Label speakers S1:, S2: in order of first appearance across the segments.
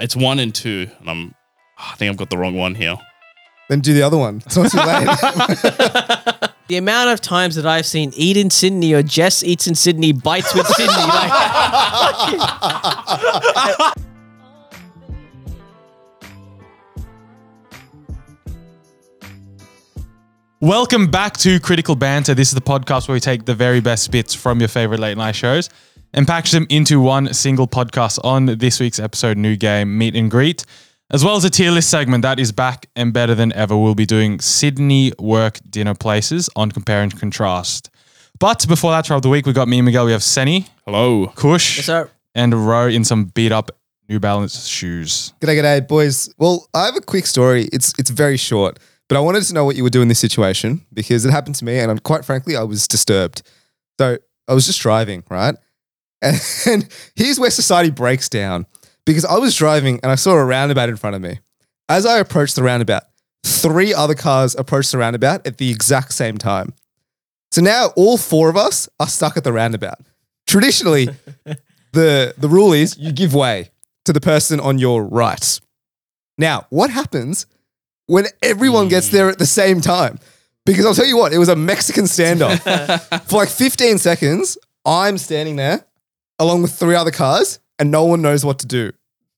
S1: It's one and two, and I'm. ah, I think I've got the wrong one here.
S2: Then do the other one. It's not too late.
S3: The amount of times that I've seen Eat in Sydney or Jess Eats in Sydney bites with Sydney. Like,
S4: Welcome back to Critical Banter. This is the podcast where we take the very best bits from your favorite late night shows and package them into one single podcast on this week's episode New Game Meet and Greet, as well as a tier list segment that is back and better than ever. We'll be doing Sydney work dinner places on compare and contrast. But before that, for of the week, we got me and Miguel. We have Senny,
S1: Hello.
S4: Kush,
S3: so
S4: and Roe in some beat up New Balance shoes.
S2: g'day, g'day, boys. Well, I have a quick story. It's it's very short, but I wanted to know what you would do in this situation because it happened to me, and I'm, quite frankly, I was disturbed. So I was just driving, right? And, and here's where society breaks down because I was driving and I saw a roundabout in front of me. As I approached the roundabout, three other cars approached the roundabout at the exact same time. So now all four of us are stuck at the roundabout. Traditionally, the, the rule is you give way to the person on your right. Now, what happens when everyone gets there at the same time? Because I'll tell you what, it was a Mexican standoff. For like 15 seconds, I'm standing there along with three other cars and no one knows what to do.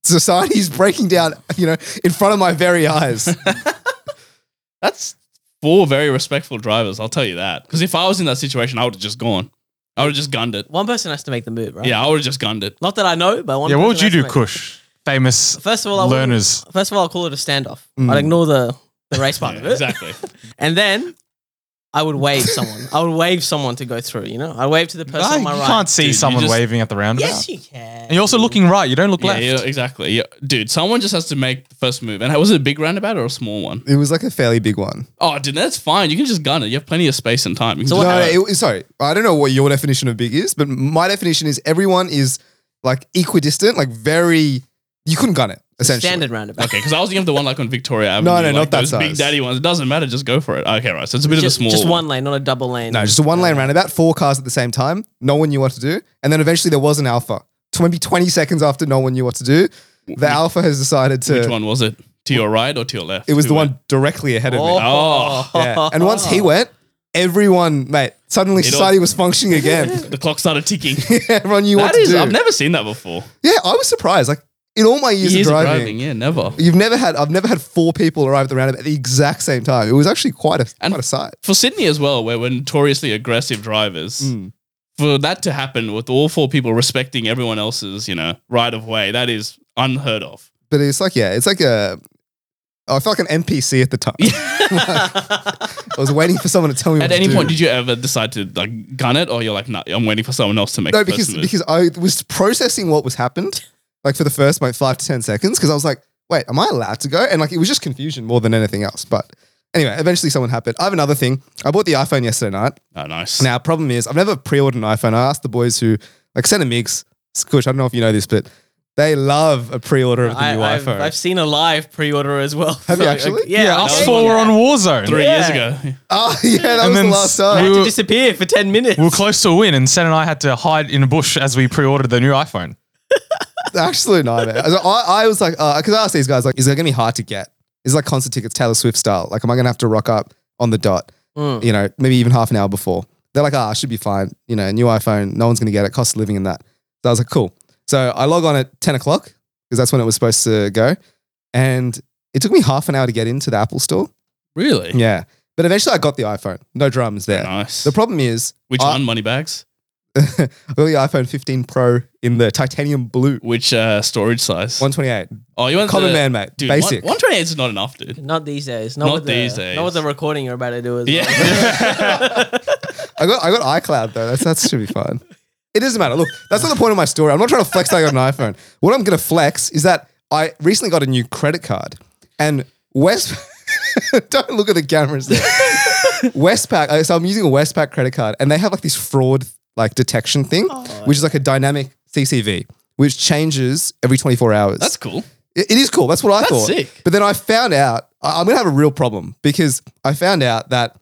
S2: Society is breaking down, you know, in front of my very eyes.
S1: That's four very respectful drivers. I'll tell you that. Because if I was in that situation, I would have just gone. I would have just gunned it.
S3: one person has to make the move, right?
S1: Yeah, I would have just gunned it.
S3: Not that I know, but one.
S4: Yeah, what would
S3: person has to
S4: you do,
S3: make-
S4: Kush? Famous
S3: First of all, I wouldn't-
S4: learners.
S3: First of all, I'll call it a standoff.
S2: Mm.
S3: I'd ignore the, the race part
S1: Yeah,
S3: of it.
S1: exactly.
S3: And then I would wave someone. I would wave someone to go through, you know? I wave to the person on
S4: Ah, you
S3: my right.
S4: can't see
S1: Dude, you
S4: someone
S1: just-
S4: waving at the roundabout.
S3: Yes, you can.
S4: And you're also looking right. You don't look
S1: yeah,
S4: left.
S1: yeah, exactly. Yeah. Dude, someone just has to make the first move. And was it a big roundabout or a small one?
S2: It was like a fairly big one.
S1: Oh, dude, that's fine. You can just gun it. You have plenty of space and time. You can
S3: So
S1: just
S2: No,
S1: go.
S2: no, it, sorry. I don't know what your definition of big is, but my definition is everyone is like equidistant, like very, you couldn't gun it, essentially.
S3: Standard roundabout.
S1: Okay, because I was thinking of the one like on Victoria Avenue.
S2: no,
S1: like
S2: not that
S1: those Big
S2: size.
S1: daddy ones. It doesn't matter. Just go for it. Okay, right. So it's a bit
S3: Just,
S1: of a small.
S3: just one lane, not a double lane.
S2: No, just a one lane roundabout, four cars at the same time. No one knew what to do. And then eventually there was an alpha. 20, 20 seconds after no one knew what to do, the alpha has decided to.
S1: Which one was it? To your right or to your left?
S2: It was
S1: Who
S2: the
S1: went?
S2: one directly ahead of me.
S1: Oh.
S2: Yeah. And once he went, everyone, mate, suddenly
S1: all-
S2: society was functioning again.
S1: The clock started ticking.
S2: everyone knew what
S1: that
S2: to
S1: is,
S2: do.
S1: I've never seen that before.
S2: yeah, I was surprised. Like, in all my years,
S1: Years
S2: of
S1: of
S2: driving,
S1: yeah, never.
S2: you've never had, I've never had four people arrive at the roundabout at the exact same time. It was actually quite a,
S1: And-
S2: quite a sight.
S1: For Sydney as well, where we're notoriously aggressive drivers,
S2: Mm.
S1: for that to happen with all four people respecting everyone else's, you know, right of way, that is unheard of.
S2: But it's like, yeah, it's like a, I felt like an NPC at the time. I was waiting for someone to tell me
S1: At
S2: what
S1: any
S2: to do.
S1: point, did you ever decide to like gun it, or you're like, no, I'm waiting for someone else to make
S2: No,
S1: the first
S2: because
S1: move?
S2: because I was processing what was happened, like for the first like five to ten seconds, because I was like, wait, am I allowed to go? And like it was just confusion more than anything else. But anyway, eventually someone happened. I have another thing. I bought the iPhone yesterday night.
S1: oh, nice.
S2: Now, problem is, I've never pre-ordered an iPhone. I asked the boys who like sent a mix. Kush, I don't know if you know this, but they love a pre-order of the new
S3: I, I've,
S2: iPhone.
S3: I've seen a live pre-order as well.
S2: Have you
S3: So,
S2: actually?
S3: like, yeah,
S4: us
S3: I've
S4: four
S3: seen
S4: were on
S3: that.
S4: Warzone.
S1: Three
S3: Yeah.
S1: years ago.
S2: oh yeah, that
S4: And
S2: was the
S4: then
S2: last
S4: s-
S3: I
S2: time.
S3: had
S4: We
S3: to
S4: were-
S3: disappear for 10 minutes.
S4: We were close to a win, and Sen and I had to hide in a bush as we pre-ordered the new iPhone.
S2: Absolute nightmare. So I, I was like, because I asked these guys, like, is it going to be hard to get? Is it like concert tickets, Taylor Swift style? Like, am I going to have to rock up on the dot?
S3: Mm.
S2: You know, maybe even half an hour before. They're like, ah, I should be fine. You know, new iPhone, no one's going to get it. Cost of living and that. So I was like, cool. So I log on at ten o'clock because that's when it was supposed to go, and it took me half an hour to get into the Apple store.
S1: Really?
S2: Yeah, but eventually I got the iPhone. No drums there.
S1: Nice.
S2: The problem is,
S1: Which
S2: I-
S1: one, money bags?
S2: I got the iPhone 15 Pro in the titanium blue,
S1: Which uh, storage size?
S2: 128.
S1: oh, you went
S2: Common
S1: the-
S2: man, mate.
S1: Dude,
S2: Basic.
S1: One twenty eight is not enough, dude.
S3: Not these days. Not,
S1: Not
S3: with the,
S1: these days.
S3: Not with the recording you're about to do. As well.
S1: Yeah.
S2: I got I got iCloud though. That's that should be fine. It doesn't matter. Look, that's not the point of my story. I'm not trying to flex that I got an iPhone. What I'm gonna flex is that I recently got a new credit card, and West. don't look at the cameras. There. Westpac. uh, So I'm using a Westpac credit card, and they have like this fraud like detection thing, which is like a dynamic CCV, which changes every 24 hours.
S1: That's cool.
S2: It, it is cool. That's what I thought.
S1: sick.
S2: But then I found out I, am gonna have a real problem because I found out that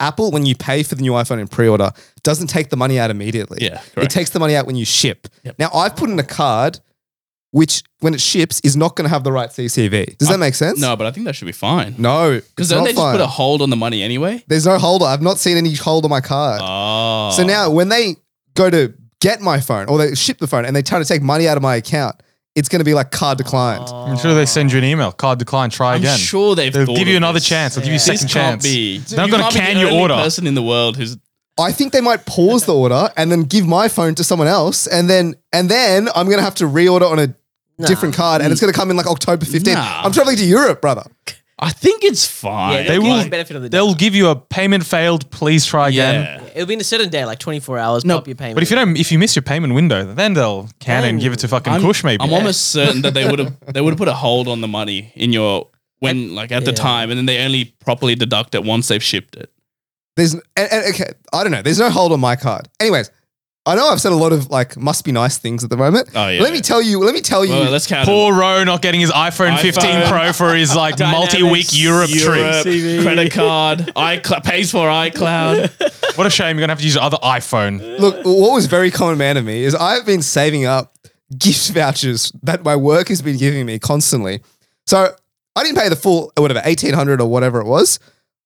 S2: Apple, when you pay for the new iPhone in pre-order, doesn't take the money out immediately.
S1: Yeah,
S2: it
S1: correct.
S2: takes the money out when you ship. Now I've put in a card which when it ships is not going to have the right CCV. Does that make sense?
S1: No, but I think that should be fine.
S2: no,
S1: Because
S2: it's
S1: then
S2: not
S1: they just
S2: fine.
S1: put a hold on the money anyway.
S2: There's no holder. I've not seen any hold on my card.
S1: Oh.
S2: Uh, So now when they go to get my phone or they ship the phone and they try to take money out of my account, it's going to be like card declined.
S4: I'm sure they send you an email. Card declined. Try
S1: I'm
S4: again.
S1: sure they've
S4: They'll
S1: thought
S4: give you
S1: of
S4: another
S1: this.
S4: chance. They'll give you a
S1: This
S4: second
S1: can't
S4: chance.
S1: be.
S4: They're not
S1: You
S4: gonna
S1: can't be
S4: can
S1: the
S4: your
S1: only
S4: order.
S1: Person in the world who's
S2: I think they might pause the order and then give my phone to someone else and then and then I'm going to have to reorder on a different card and it's going to come in like October 15th.
S1: Nah.
S2: I'm traveling to Europe, brother.
S1: I think it's fine.
S3: Oh. Yeah,
S4: They
S3: they
S4: will-
S3: will benefit of the
S4: They'll
S3: doubt.
S4: give you a payment failed. Please try again.
S1: yeah.
S3: It'll be in a certain day, like 24 hours.
S1: No,
S3: pop your payment.
S4: But if you don't, if you miss your payment window, then they'll can it and
S3: Then-
S4: give it to fucking
S1: I'm,
S4: Kush maybe.
S1: I'm almost certain that they would have they would have put a hold on the money in your when like at the
S3: Yeah.
S1: time, and then they only properly deduct it once they've shipped it.
S2: There's and, and, okay, I don't know. There's no hold on my card. Anyways, I know I've said a lot of like must be nice things at the moment.
S1: Oh, yeah.
S2: Let me tell you. Let me tell you.
S1: Well, let's count. it.
S4: Poor Ro not getting his iPhone 15
S1: iPhone.
S4: Pro for his like
S3: Dynamics,
S4: multi-week Europe,
S1: Europe,
S4: trip.
S1: credit card, iCloud pays for iCloud.
S4: What a shame! You're gonna have to use your other iPhone.
S2: Look, what was very common man of me is I've been saving up gift vouchers that my work has been giving me constantly. So I didn't pay the full whatever eighteen hundred or whatever it was.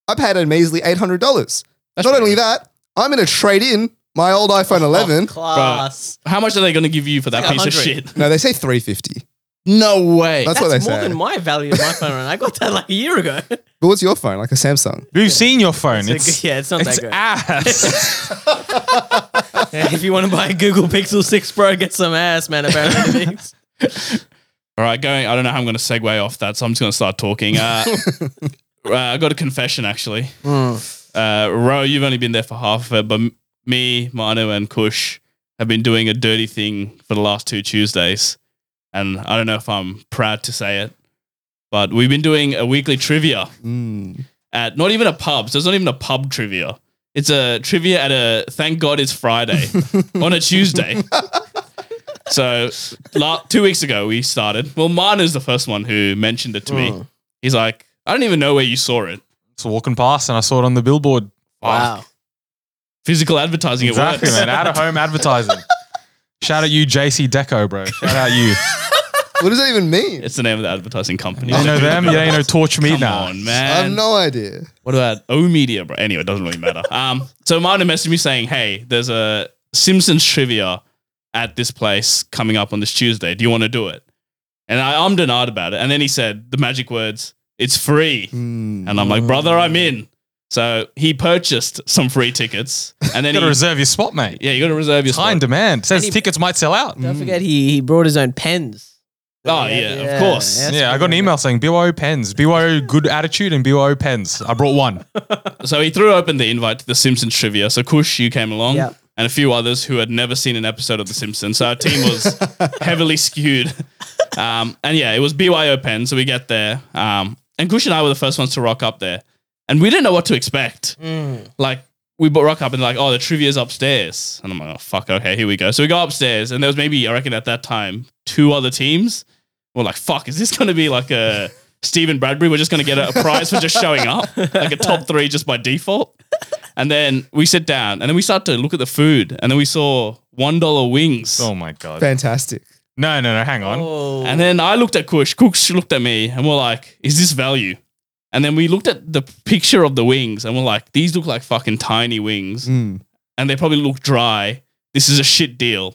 S2: I paid a measly eight hundred dollars. Not only that, I'm going to trade in my old
S3: Oh,
S2: iPhone eleven.
S3: class.
S1: How much are they going to give you for that
S3: Like
S1: piece of
S3: 100.
S1: shit?
S2: No, they say three fifty.
S1: No way.
S2: That's, what
S3: That's
S2: they
S3: more
S2: say.
S3: than my value of my phone. right now. I got that like a year ago.
S2: but what's your phone? Like a Samsung?
S4: We've seen your phone. It's
S3: It's, yeah, it's not
S4: it's
S3: that good.
S4: ass.
S3: if you want to buy a Google Pixel 6 Pro, get some ass, man. Apparently,
S1: All right, going. I don't know how I'm going to segue off that, so I'm just going to start talking. Uh, uh, I got a confession actually. Uh, Ro, you've only been there for half of it, but m- me, Manu, and Kush have been doing a dirty thing for the last two Tuesdays, and I don't know if I'm proud to say it, but we've been doing a weekly trivia
S3: Hmm.
S2: Mm.
S1: at not even a pub. So it's not even a pub trivia. It's a trivia at a thank God it's Friday on a Tuesday. so la- two weeks ago we started. Well, Manu's the first one who mentioned it to
S4: Hmm.
S1: me. He's like, I don't even know where you saw it.
S4: It's walking past, and I saw it on the billboard.
S3: wow.
S1: Physical advertising
S4: Exactly,
S1: it works.
S4: man. Out of home advertising. Shout out you, JC Deco, bro. Shout out you.
S2: What does that even mean?
S1: It's the name of the advertising company.
S4: You know them? Yeah, you know Torch Me
S1: Come
S4: now.
S1: on,
S2: I have
S1: man.
S2: no idea.
S1: What about O Media, bro? Anyway, it doesn't really matter. um, so Martin messaged me saying, "Hey, there's a Simpsons trivia at this place coming up on this Tuesday. Do you want to do it?" And I ummed and ahed about it, and then he said the magic words, "It's free,"
S2: Mm.
S1: and I'm like, "Brother, I'm in." So he purchased some free tickets, and
S4: You
S1: then
S4: gotta
S1: he,
S4: reserve your spot, mate.
S1: yeah, you got to reserve your
S4: High in
S1: spot.
S4: demand. Says
S3: Any-
S4: tickets might sell out.
S2: Hmm.
S3: Don't forget, he, he brought his own pens.
S1: Oh yeah, of course.
S3: yeah.
S4: yeah, I got an email saying BYO pens, BYO good attitude, and BYO pens. I brought one.
S1: So he threw open the invite to the Simpsons trivia. So Kush, you came along,
S3: Yep.
S1: and a few others who had never seen an episode of The Simpsons. So our team was heavily skewed. Um, and yeah, it was BYO Penn. So we get there, um, and Kush and I were the first ones to rock up there, and we didn't know what to expect. Like we bo- rock up and like, oh, the trivia's upstairs, and I'm like, oh fuck, okay, here we go. So we go upstairs, and there was maybe I reckon at that time two other teams. We're like, fuck, is this going to be like a Stephen Bradbury? We're just going to get a, a prize for just showing up, like a top three just by default. And then we sit down, and then we start to look at the food, and then we saw one dollar wings.
S4: Oh my god.
S2: Fantastic.
S4: No, no, no. Hang on.
S3: Oh.
S1: And then I looked at Kush, Kush looked at me, and we're like, is this value? And then we looked at the picture of the wings, and we're like, these look like fucking tiny wings,
S2: Mm.
S1: and they probably look dry. This is a shit deal.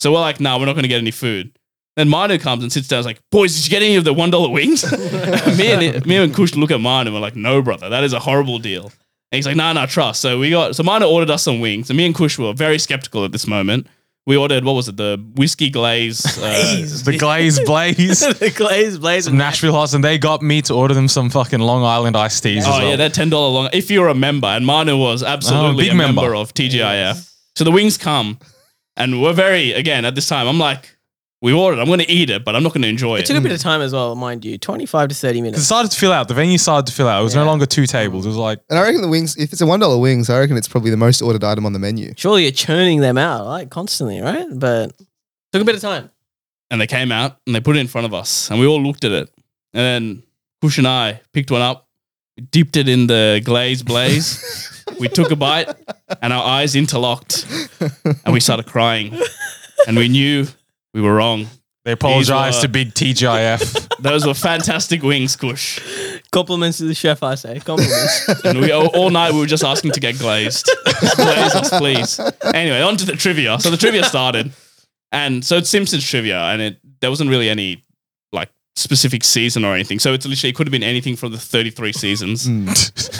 S1: So we're like, nah, we're not going to get any food. Then Manu comes and sits down. Is like, boys, did you get any of the one dollar wings? me and me and Kush look at Manu. and We're like, no, brother, that is a horrible deal. And he's like, nah, nah, trust. So we got so Manu ordered us some wings, and me and Kush were very skeptical at this moment. We ordered what was it? The whiskey glaze. Uh,
S4: The Glaze Blaze.
S3: the glaze blaze.
S4: Some Nashville house, and they got me to order them some fucking Long Island iced teas.
S1: Oh
S4: as well. Oh,
S1: yeah, they're ten dollar long. If you're a member, and Manu was absolutely
S4: big
S1: a member,
S4: member.
S1: of TGIF. So the wings come, and we're very again at this time. I'm like, we ordered. I'm going to eat it, but I'm not going to enjoy
S3: It
S1: it.
S3: took a bit of time as well, mind you. 25 to 30
S4: It
S3: minutes.
S4: started to fill out. The venue started to fill out. It was no longer two tables. It was like
S2: And I reckon the wings, if it's a $1 wings, I reckon it's probably the most ordered item on the menu.
S3: Surely you're churning them out, like constantly, right? But took a bit of time.
S1: And they came out and they put it in front of us, and we all looked at it. And then Kush and I picked one up, dipped it in the glaze blaze. we took a bite, and our eyes interlocked, and we started crying, and we knew we were wrong.
S4: They apologize
S1: were-
S4: to big TGIF.
S1: Those were fantastic wings, Kush.
S3: Compliments to the chef, I say. Compliments.
S1: And we all, all night we were just asking to get glazed. Glaze us, please. Anyway, on to the trivia. So the trivia started, and so it's Simpsons trivia, and it there wasn't really any like specific season or anything. So it's literally it could have been anything from the thirty three seasons,
S2: Hmm.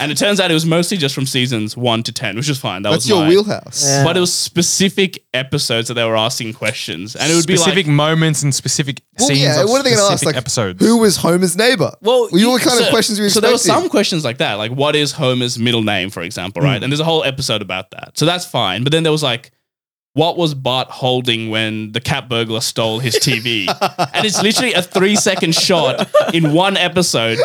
S1: and it turns out it was mostly just from seasons one to ten, which is fine. That
S2: That's
S1: was
S2: your
S1: my-
S2: wheelhouse.
S3: Yeah.
S1: But it was specific episodes that they were asking questions, and it would
S4: specific
S1: be like.
S4: moments and specific
S2: Well,
S4: scenes.
S2: yeah,
S4: of
S2: what are they going to ask?
S4: specific
S2: Like,
S4: episodes.
S2: who was Homer's neighbor?
S3: Well,
S2: were you
S3: you-
S2: all the kind of questions you were
S1: so there were
S2: expecting? Hmm.
S1: some questions like that, like what is Homer's middle name, for example, right? And there's a whole episode about that. So that's fine. But then there was like, what was Bart holding when the cat burglar stole his TV? and it's literally a three second shot in one episode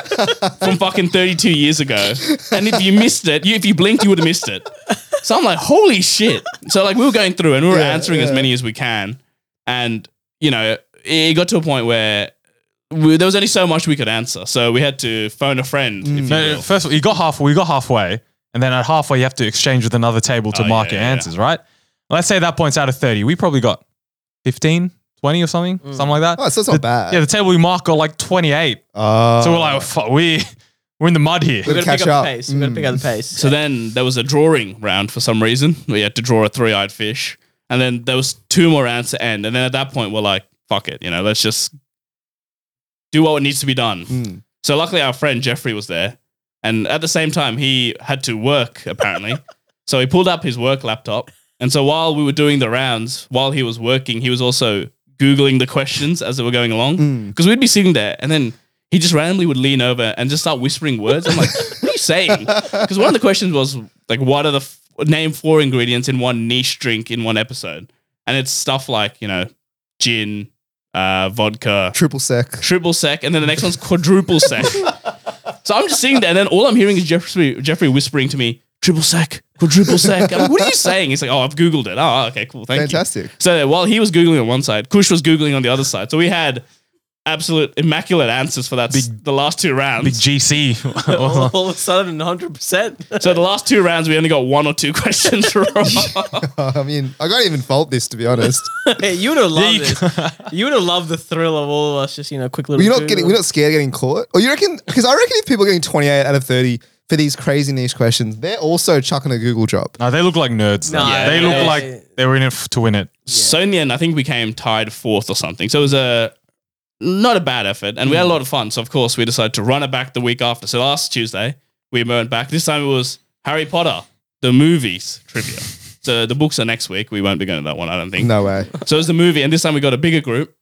S1: from fucking 32 years ago. And if you missed it, you, if you blinked, you would have missed it. So I'm like, holy shit. So like we were going through and we were
S2: Yeah,
S1: answering as
S2: yeah.
S1: many as we can. And, you know, it got to a point where we, there was only so much we could answer. So we had to phone a friend. If you
S4: No,
S1: will.
S4: first of all, you got halfway. You got halfway, and then at halfway, you have to exchange with another table to
S1: Oh,
S4: mark
S1: yeah,
S4: your
S1: yeah,
S4: answers, right? Let's say that point's out of 30. We probably got 15, 20 or something, something like that.
S2: Oh, so it's not
S4: The-
S2: bad.
S4: Yeah, the table we mark got like 28.
S2: Oh.
S4: So we're like, fuck, we, we're in the mud here.
S3: We've got to
S2: Catch
S3: pick up
S2: up.
S3: the pace. We've got to pick up the
S4: Mm.
S3: pace.
S1: So then there was a drawing round for some reason. We had to draw a three eyed fish. And then there was two more rounds to end. And then at that point, we're like, fuck it. You know, let's just do what needs to be done.
S2: Mm.
S1: So luckily, our friend Jeffrey was there, and at the same time, he had to work apparently. so he pulled up his work laptop, and so while we were doing the rounds, while he was working, he was also googling the questions as they were going along
S2: mm.
S1: because we'd be sitting there, and then he just randomly would lean over and just start whispering words. I'm like, "What are you saying?" Because one of the questions was like, "What are the f- name four ingredients in one niche drink in one episode?" And it's stuff like you know, gin, uh, vodka,
S2: Triple sec.
S1: triple sec, and then the next one's quadruple sec. so I'm just sitting there, and then all I'm hearing is Jeffrey, Jeffrey whispering to me, triple sec, quadruple sec. I'm like, what are you saying? He's like, oh, I've Googled it. Oh, okay, cool. Thank
S2: Fantastic.
S1: you. So while he was Googling on one side, Kush was Googling on the other side. So we had absolute immaculate answers for that, s- the last two rounds.
S4: Big GC.
S3: all, all of a sudden, 100%.
S1: so the last two rounds, we only got one or two questions wrong.
S2: I mean, I can't even fault this, to be honest.
S3: Hey, you would have
S4: you
S3: loved this. You would have loved the thrill of all of us just, you know, quick little.
S2: We're not
S3: Google.
S2: getting, we're not scared of getting caught. Or you reckon? Because I reckon if people are getting 28 out of 30 for these crazy niche questions, they're also chucking a Google drop.
S4: no, they look like nerds. though.
S3: No,
S1: Yeah,
S4: they
S1: yeah,
S4: look
S1: yeah.
S4: like they were in it f- to win it.
S1: So in the end, I think we came tied fourth or something. So it was a not a bad effort, and we had a lot of fun. So of course, we decided to run it back the week after. So last Tuesday, we went back. This time it was Harry Potter, the movies trivia. So the books are next week. We won't be going to that one, I don't think.
S2: No way.
S1: So it was the movie, and this time we got a bigger group,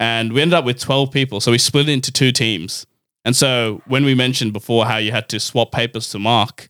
S1: and we ended up with twelve people. So we split it into two teams. And so when we mentioned before how you had to swap papers to mark,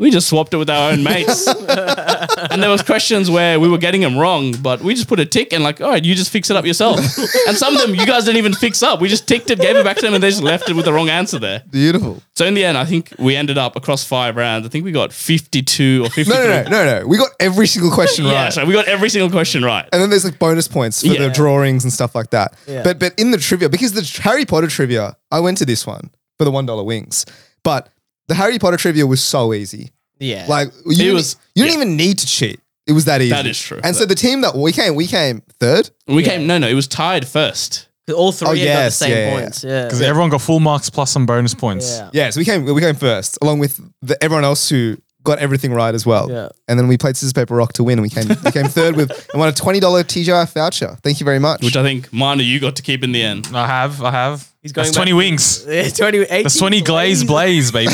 S1: we just swapped it with our own mates. and there was questions where we were getting them wrong, but we just put a tick and like, all right, you just fix it up yourself. and some of them you guys didn't even fix up. We just ticked it, gave it back to them, and they just left it with the wrong answer there.
S2: Beautiful.
S1: So in the end, I think we ended up across five rounds. I think we got fifty-two or fifty-three.
S2: No, no, no, no, no. We got every single question
S1: Yeah,
S2: right.
S1: so we got every single question right.
S2: And then there's like bonus points for
S1: Yeah.
S2: the drawings and stuff like that.
S3: Yeah.
S2: But but in the trivia, because the Harry Potter trivia, I went to this one for the one dollar wings. But the Harry Potter trivia was so easy.
S3: Yeah.
S2: Like you, didn't-
S1: was-
S2: you didn't
S1: yeah.
S2: even need to cheat. It was that easy.
S1: That is true.
S2: And so the team that we came, we came third.
S1: We came no, no. It was tied first.
S3: 'Cause all three
S2: Oh,
S3: had got the
S2: yes,
S3: same
S2: yeah, yeah.
S3: points. Yeah.
S4: Because everyone got full marks plus some bonus points.
S3: Yeah.
S2: Yeah, so we came we came first, along with the, everyone else who got everything right as well.
S3: Yeah.
S2: And then we played scissors paper rock to win. We came we came third with and won a twenty dollar TGI voucher. Thank you very much.
S1: Which I think, Mana, you got to keep in the end.
S4: I have, I have.
S3: He's going
S4: That's 20
S3: back-
S4: wings.
S3: Yeah, 20, 18
S4: That's 20 glaze blaze, baby.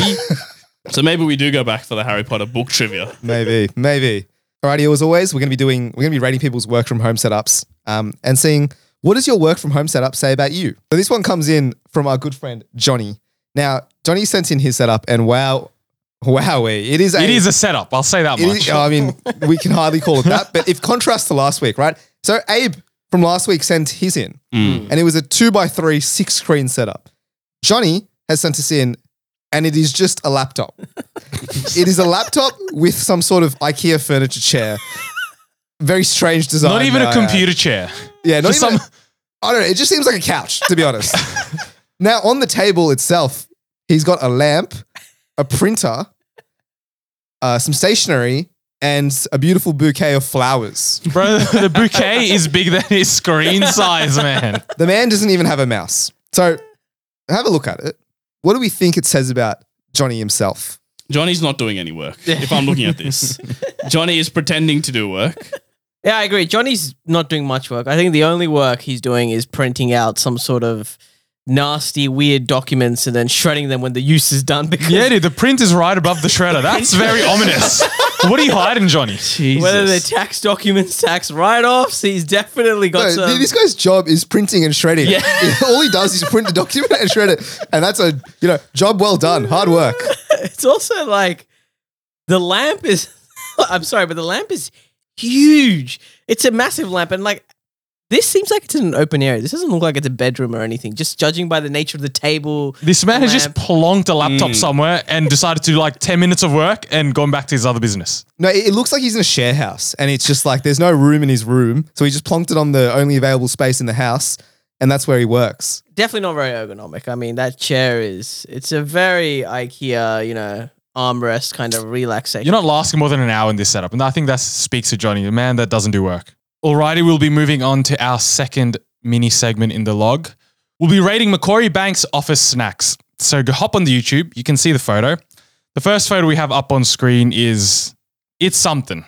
S1: So maybe we do go back for the Harry Potter book trivia.
S2: maybe, maybe. Alrighty, as always, we're gonna be doing we're gonna be rating people's work from home setups um, and seeing what does your work from home setup say about you. So this one comes in from our good friend Johnny. Now Johnny sent in his setup, and wow, wowie, it is a
S4: it is a setup. I'll say that
S2: It
S4: much.
S2: is- oh, I mean, we can hardly call it that. But if contrast to last week, right? So Abe from last week sent his in,
S4: Mm.
S2: and it was a two by three six screen setup. Johnny has sent us in, and it is just a laptop. it is a laptop with some sort of IKEA furniture chair. Very strange design.
S4: Not even
S2: may
S4: a
S2: I
S4: computer chair.
S2: add. Yeah, not
S4: Just
S2: even.
S4: some-
S2: I don't know. It just seems like a couch, to be honest. now on the table itself, he's got a lamp, a printer, uh, some stationery, and a beautiful bouquet of flowers.
S4: Bro, the bouquet is bigger than his screen size, man.
S2: The man doesn't even have a mouse. So have a look at it. What do we think it says about Johnny himself?
S1: Johnny's not doing any work. If I'm looking at this, Johnny is pretending to do work.
S3: Yeah, I agree. Johnny's not doing much work. I think the only work he's doing is printing out some sort of nasty, weird documents and then shredding them when the use is done. Because
S4: Yeah, dude, the print is right above the shredder. That's very ominous. What are you hiding, Johnny?
S3: whether they're tax documents, tax write-offs, he's definitely got
S2: No,
S4: um,
S3: some.
S2: th- this guy's job is printing and shredding. All he does is print the document and shred it. And that's a you know job well done, hard work.
S3: It's also like the lamp is. I'm sorry, but the lamp is huge. It's a massive lamp, and like this seems like it's in an open area. This doesn't look like it's a bedroom or anything. Just judging by the nature of the table,
S4: This man has just
S3: Lamp.
S4: plonked a laptop somewhere and decided to do like 10 minutes of work and gone back to his other business.
S2: No, it, it looks like he's in a share house, and it's just like there's no room in his room, so he just plonked it on the only available space in the house, and that's where he works.
S3: definitely not very ergonomic. I mean, that chair is. It's a very IKEA, you know, armrest kind of relaxation.
S4: You're not lasting more than an hour in this setup. And I think that speaks to Johnny, a man that doesn't do work. Alrighty, we'll be moving on to our second mini segment in the log. We'll be rating Macquarie Bank's office snacks. So go hop on the YouTube. You can see the photo. The first photo we have up on screen is it's something.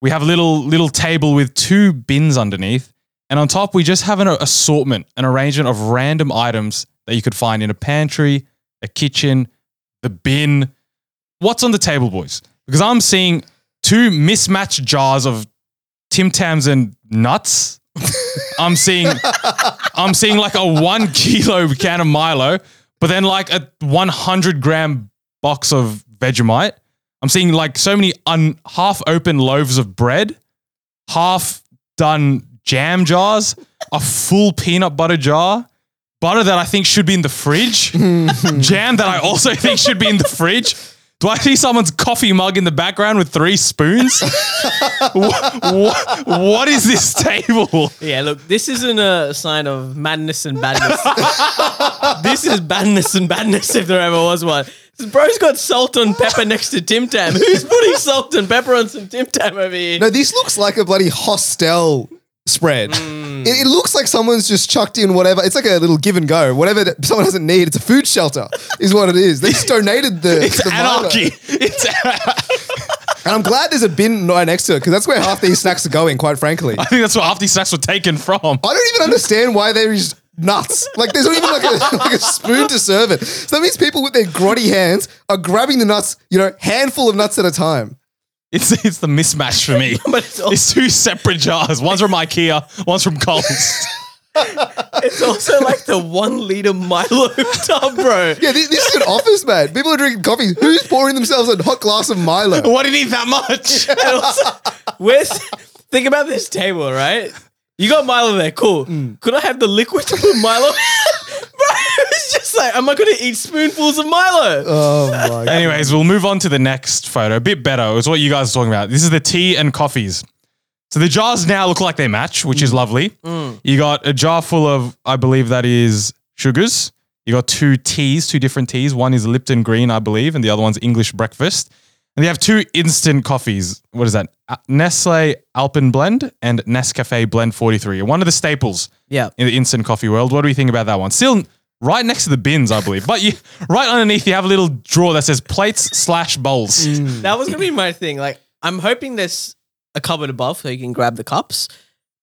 S4: We have a little little table with two bins underneath, and on top we just have an assortment, an arrangement of random items that you could find in a pantry, a kitchen, the bin. What's on the table, boys? Because I'm seeing two mismatched jars of Tim Tams and nuts. I'm seeing I'm seeing like a one kilo can of Milo, but then like a 100 gram box of Vegemite. I'm seeing like so many un- half open loaves of bread, half done jam jars, a full peanut butter jar, butter that I think should be in the fridge, jam that I also think should be in the fridge. Do I see someone's coffee mug in the background with three spoons? what, what, what is this table?
S3: Yeah, look, this isn't a sign of madness and badness. this is badness and badness if there ever was one. This bro's got salt and pepper next to Tim Tam. Who's putting salt and pepper on some Tim Tam over here?
S2: No, this looks like a bloody hostel spread.
S4: Mm.
S2: It, it looks like someone's just chucked in whatever. It's like a little give and go. Whatever that someone doesn't need, it's a food shelter, is what it is. They just donated the.
S4: It's
S2: the Milo.
S4: anarchy. It's
S2: And I'm glad there's a bin right next to it because that's where half these snacks are going, quite frankly.
S4: I think that's where half these snacks were taken from.
S2: I don't even understand why there is nuts. Like there's not even like a, like a spoon to serve it. So that means people with their grotty hands are grabbing the nuts, you know, handful of nuts at a time.
S4: It's it's the mismatch for me.
S3: But it's also,
S4: It's two separate jars. One's from IKEA, one's from Coles.
S3: it's also like the one liter Milo tub, bro.
S2: Yeah, this, this is an office, man. People are drinking coffee. Who's pouring themselves a hot glass of Milo?
S4: Why did he eat that much?
S3: And also, where's think about this table, right? You got Milo there, cool.
S4: Mm.
S3: Could I have the liquid to put Milo? Bro, it's just like, am I going to eat spoonfuls of Milo?
S4: Uh,
S2: Oh my god.
S4: Anyways, we'll move on to the next photo. A bit better. It's what you guys are talking about. This is the tea and coffees. So the jars now look like they match, which is lovely. You got a jar full of, I believe that is sugars. You got two teas, two different teas. One is Lipton Green, I believe, and the other one's English Breakfast. And they have two instant coffees. What is that? Uh, Nestle Alpenblend and Nescafe Blend 43. One of the staples
S3: yeah.
S4: in the instant coffee world. What do we think about that one? Still right next to the bins, I believe. But you, right underneath, you have a little drawer that says plates slash bowls.
S2: Mm.
S3: Mm. That was gonna be my thing. Like, I'm hoping there's a cupboard above so you can grab the cups.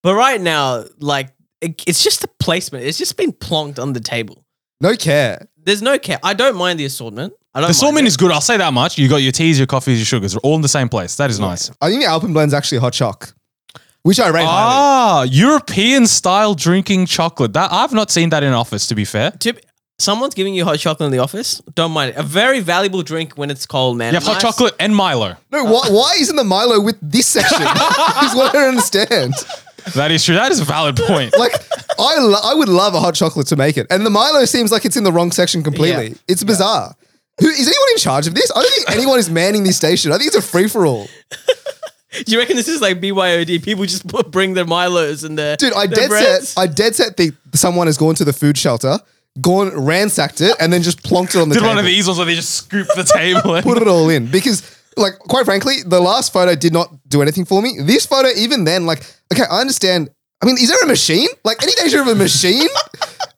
S3: But right now, like, it, it's just the placement. It's just been plonked on the table.
S2: No care.
S3: There's no care. I don't mind the assortment. I
S2: Oh
S3: don't.
S4: The assortment
S3: mind
S4: is good. I'll say that much. You got your teas, your coffees, your sugars. They're all in the same place. That is nice.
S2: I think the Alpenblend's actually hot choc, which I rate highly.
S4: Ah, European style drinking chocolate. That I've not seen that in office. To be fair,
S3: it. Tip- Someone's giving you hot chocolate in the office. Don't mind it. A very valuable drink when it's cold, man.
S4: you have hot
S3: Nice-
S4: chocolate and Milo.
S2: No, why, why isn't the Milo with this section? is what I don't understand.
S4: That is true. That is a valid point.
S2: Like, I, lo- I would love a hot chocolate to make it. And the Milo seems like it's in the wrong section completely.
S3: Yeah.
S2: It's bizarre. Who, is anyone in charge of this? I don't think anyone is manning this station. I think it's a free for all.
S3: Do you reckon this is like BYOD? People just put, bring their Milos and their
S2: Dude, I
S3: their
S2: dead
S3: breads?
S2: set I dead set think someone has gone to the food shelter, gone ransacked it, and then just plonked it on the
S4: Did
S2: table.
S4: one of these ones where they just scoop the table.
S2: Put
S4: And-
S2: it all in because like quite frankly, the last photo did not do anything for me. This photo, even then, like, okay, I understand. I mean, is there a machine? Like any danger of a machine?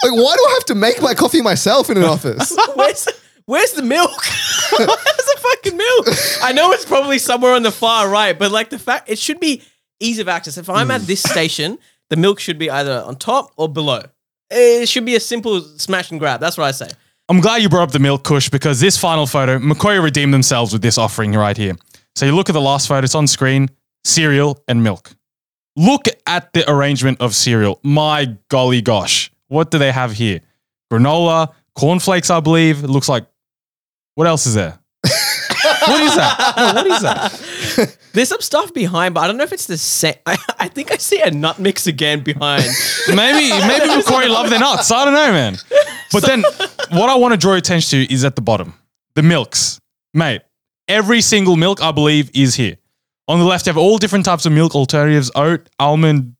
S2: like, why do I have to make my coffee myself in an office?
S3: Where's Where's the milk? Where's the fucking milk? I know it's probably somewhere on the far right, but like the fact it should be ease of access. If I'm
S2: Hmm.
S3: at this station, the milk should be either on top or below. It should be a simple smash and grab. That's what I say.
S4: I'm glad you brought up the milk kush because this final photo, Macquarie redeemed themselves with this offering right here. So you look at the last photo, it's on screen cereal and milk. Look at the arrangement of cereal. My golly gosh. What do they have here? Granola, cornflakes, I believe. It looks like. What else is there? what is that? No, what is that?
S3: There's some stuff behind, but I don't know if it's the same. I, I think I see a nut mix again behind.
S4: Maybe maybe Macquarie love their nuts. I don't know, man. But then what I want to draw your attention to is at the bottom. The milks. Mate, every single milk I believe is here. On the left, you have all different types of milk alternatives, oat, almond.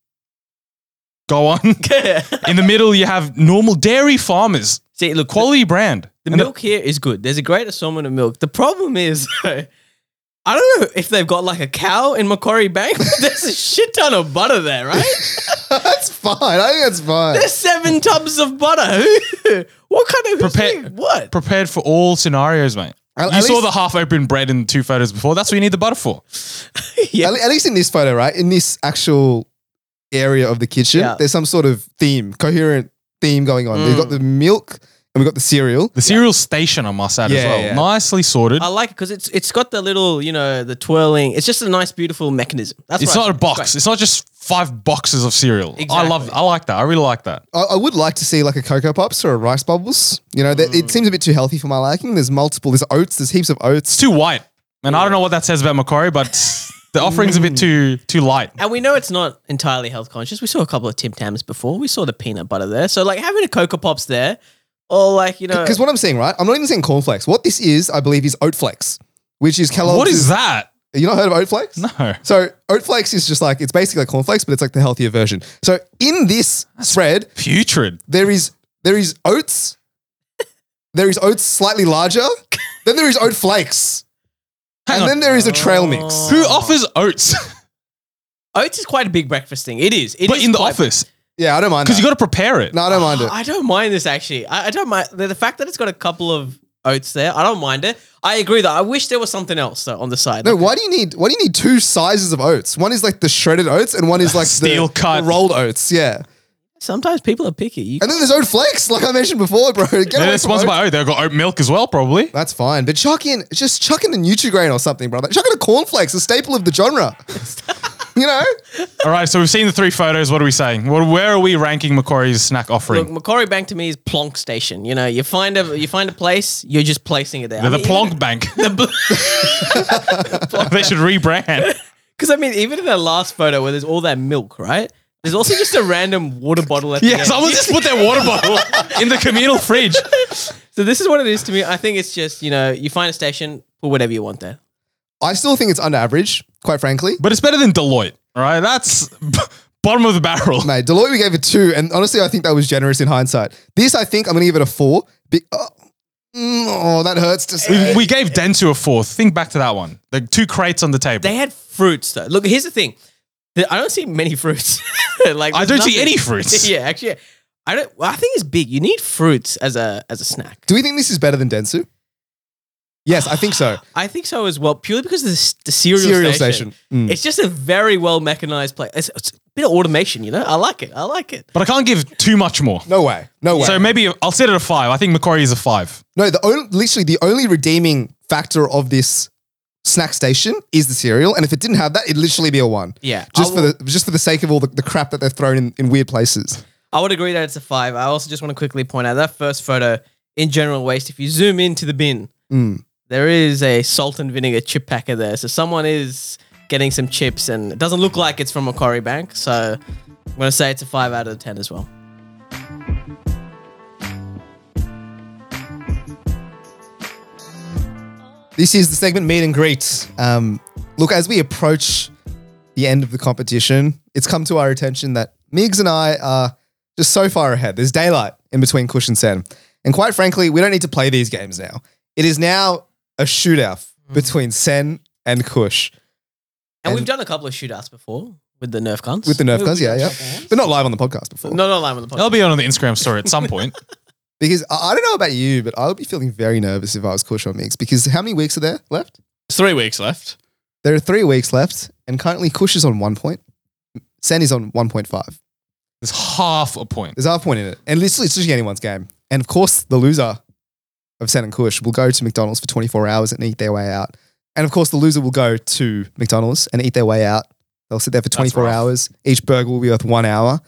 S4: Go on. In the middle, you have normal dairy farmers,
S3: see, look, quality.
S4: quality brand.
S3: The
S4: And
S3: milk here is good. There's a great assortment of milk. The problem is, though, I don't know if they've got like a cow in Macquarie Bank, but there's a shit ton of butter there, right?
S2: that's fine. I think that's fine.
S3: There's seven tubs of butter. Who? What kind of who's
S4: Prepare-
S3: doing what?
S4: prepared for all scenarios, mate.
S2: At-
S4: you
S2: at
S4: saw
S2: least-
S4: the half open bread in two photos before. That's what you need the butter for.
S2: At, at least in this photo, right? In this actual area of the kitchen,
S3: Yeah.
S2: there's some sort of theme, coherent theme going on. We've got the
S4: Mm.
S2: milk and we've got the cereal.
S4: The cereal station, I must add, as
S2: Yeah,
S4: well.
S2: yeah.
S4: Nicely sorted.
S3: I like it because it's it's got the little you know the twirling. It's just a nice, beautiful mechanism. That's
S4: it's
S3: what I
S4: not a
S3: think.
S4: box. It's not just five boxes of cereal. I love.
S3: Exactly.
S4: I like that. I really like that.
S2: I, I would like to see like a Cocoa Pops or a Rice Bubbles. You know, that,
S4: Mm.
S2: it seems a bit too healthy for my liking. There's multiple, there's oats, there's heaps of oats.
S4: It's too white, and I don't know what that says about Macquarie, but the offering's a bit too too light.
S3: And we know it's not entirely health conscious. We saw a couple of Tim Tams before. We saw the peanut butter there. So like having a Cocoa Pops there, or like you know,
S2: Because what I'm saying, right? I'm not even saying cornflakes. What this is, I believe, is oat flakes, which is Kellogg's.
S4: What is that?
S2: You not heard of oat flakes?
S4: No.
S2: So oat flakes is just like it's basically like cornflakes, but it's like the healthier version. So in this spread,
S4: Putrid.
S2: there is there is oats. There is oats slightly larger. then there is oat flakes.
S4: Hang
S2: and
S4: on. Oh.
S2: then there is a trail mix.
S4: Who offers oats?
S3: oats is quite a big breakfast thing. It is. It
S4: but
S3: is
S4: in the
S3: quite-
S4: office,
S2: Yeah, I don't mind.
S4: because you
S2: that.
S4: got Ah, to prepare it.
S2: No, I don't mind it.
S3: I don't mind this actually. I, I don't mind the, the fact that it's got a couple of oats there. I don't mind it. I agree that I wish there was something else though, on the side.
S2: No,
S3: Like,
S2: why do you need why do you need two sizes of oats? One is like the shredded oats and one is like
S4: Steel
S2: the,
S4: cut.
S2: the rolled oats. Yeah.
S3: sometimes people are picky. You,
S2: And then there's oat flakes, like I mentioned before, bro. Get
S4: They're
S2: away from oats.
S4: sponsored by oat. They've got oat milk as well, probably.
S2: That's fine, but chuck in just chuck in a NutriGrain or something, brother. Chuck in a cornflakes, a staple of the genre. you know,
S4: All right. So we've seen the three photos. What are we saying? What, where are we ranking Macquarie's snack offering?
S3: look, Macquarie Bank to me is plonk station. You know, you find a you find a place, you're just placing it there.
S4: They're the Plonk Bank. they should rebrand.
S3: Because I mean, even in that last photo where there's all that milk, right? There's also just a random water bottle at the
S4: Yeah,
S3: end.
S4: someone just put their water bottle in the communal fridge.
S3: So this is what it is to me. I think it's just you know, you find a station, put whatever you want there.
S2: I still think it's under average, quite frankly.
S4: But it's better than Deloitte, all right? That's b- bottom of the barrel.
S2: Mate, Deloitte we gave it two, and honestly, I think that was generous in hindsight. This, I think, I'm gonna give it a four. Be- oh, mm, oh, that hurts to say.
S4: We, we gave Dentsu a fourth. Think back to that one. The two crates on the table.
S3: They had fruits though. Look, here's the thing. The- I don't see many fruits. like
S4: I
S3: there's
S4: don't see
S3: nothing.
S4: any fruits.
S3: yeah, actually, I don't. Well, I think it's big. You need fruits as a as a snack.
S2: Do we think this is better than Densu? Yes, I think so.
S3: I think so as well, purely because of the, s- the cereal,
S2: Cereal
S3: station.
S2: station. Mm.
S3: It's just a very well mechanized place. It's, it's a bit of automation, you know. I like it. I like it.
S4: But I can't give too much more.
S2: No way, no way.
S4: So maybe I'll set it a five. I think Macquarie is a five.
S2: no, the only, literally the only redeeming factor of this snack station is the cereal, and if it didn't have that, it'd literally be a one.
S3: Yeah,
S2: just
S3: I
S2: for the just for the sake of all the, the crap that they've thrown in, in weird places.
S3: I would agree that it's a five. I also just want to quickly point out that first photo in general waste. If you zoom into the bin,
S2: Mm.
S3: there is a salt and vinegar chip packer there. So someone is getting some chips, and it doesn't look like it's from Macquarie Bank. So I'm gonna say it's a five out of ten as well.
S2: This is the segment meet and greet. Um, look, as we approach the end of the competition, it's come to our attention that Migs and I are just so far ahead. There's daylight in between Kush and Sen, and quite frankly, we don't need to play these games now. It is now a shootout between Sen and Kush
S3: And,
S2: And-
S3: we've done a couple of shootouts before with the Nerf guns.
S2: with the Nerf
S3: We've
S2: guns. Yeah,
S3: done a
S2: yeah.
S3: couple ones.
S2: But not live on the podcast before.
S3: No, not live on the
S4: I'll
S3: podcast.
S4: be on the Instagram story at some point.
S2: Because I, I don't know about you, but I would be feeling very nervous if I was Kush on Mix because how many weeks are there left?
S1: There's three weeks left.
S2: There are three weeks left, and currently Kush is on one point. Sandy's on 1.5.
S4: There's half a point.
S2: There's half point in it. And it's, it's literally anyone's game. And of course, the loser of San and Kush will go to McDonald's for 24 hours and eat their way out. And of course, the loser will go to McDonald's and eat their way out. They'll sit there for 24
S4: rough.
S2: hours. Each burger will be worth one hour.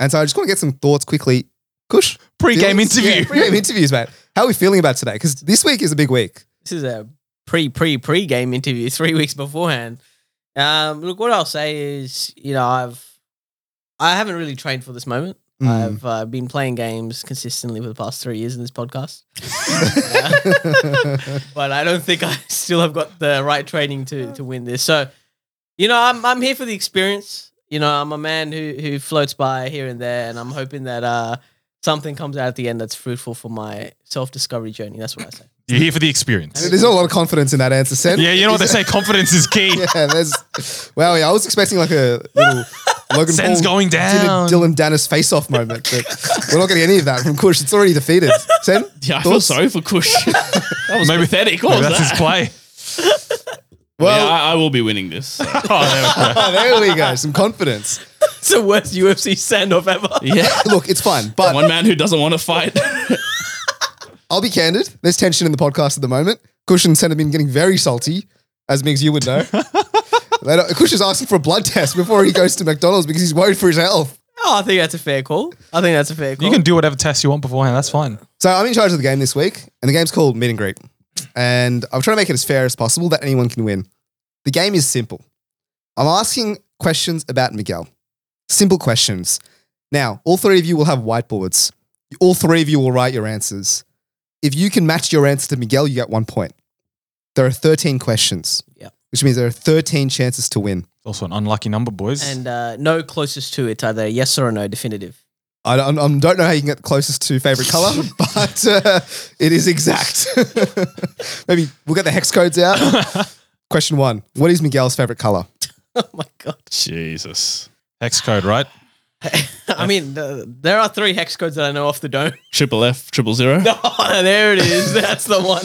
S2: And so I just want to get some thoughts quickly. Kush.
S4: Pre-game
S2: feelings?
S4: interview.
S2: Yeah, pre-game interviews, mate. How are we feeling about today? Because this week is a big week.
S3: this is a pre pre pre game interview three weeks beforehand. Um, look, what I'll say is, you know, I've I haven't really trained for this moment.
S2: Mm.
S3: I've uh, been playing games consistently for the past three years in this podcast, but I don't think I still have got the right training to to win this. So, you know, I'm I'm here for the experience. You know, I'm a man who who floats by here and there, and I'm hoping that uh something comes out at the end that's fruitful for my self discovery journey. That's what I say.
S4: You're here for the experience.
S2: There's not a lot of confidence in that answer, Sen.
S4: Yeah, you know what they say. Confidence is key.
S2: yeah, there's. Wow, yeah, I was expecting like a little Logan
S4: Sen's
S2: Paul
S4: going down.
S2: Dylan Dennis face off moment, but we're not getting any of that from Kush. It's already defeated. Sen,
S1: Yeah, I feel
S2: Thoughts?
S1: sorry for Kush. that was
S4: Maybe-
S1: pathetic. What
S4: Maybe
S1: was
S4: that's his
S1: that?
S4: play.
S1: Well,
S2: Well-
S1: yeah, I, I will be winning this. so.
S4: Oh, there we go.
S2: Ah, there we go. Some confidence.
S3: It's the worst UFC send off ever.
S1: yeah,
S2: Look, it's fun, but
S1: one man who doesn't want to fight.
S2: I'll be candid. There's tension in the podcast at the moment. Kush and Sen have been getting very salty, as Migs, you would know. They don't- Kush is asking for a blood test before he goes to McDonald's because he's worried for his health.
S3: Oh, I think that's a fair call. I think that's a fair call.
S4: You can do whatever test you want beforehand. That's fine.
S2: So I'm in charge of the game this week, and the game's called Meet and Greet. And I'm trying to make it as fair as possible that anyone can win. The game is simple. I'm asking questions about Miguel. Simple questions. Now, all three of you will have whiteboards. All three of you will write your answers. If you can match your answer to Miguel, you get one point. There are 13 questions,
S3: Yep.
S2: which means there are 13 chances to win.
S4: Also an unlucky number, boys.
S3: and uh, no closest to it either. Yes or no, definitive.
S2: I don't, I don't know how you can get closest to favorite color, but uh, it is exact. Maybe we'll get the hex codes out. Question one What is Miguel's favorite color?
S3: Oh my god.
S1: Jesus,
S4: Hex code, right?
S3: I mean, uh, there are three hex codes that I know off the dome.
S1: triple F, triple zero.
S3: oh, there it is. That's the one.
S2: What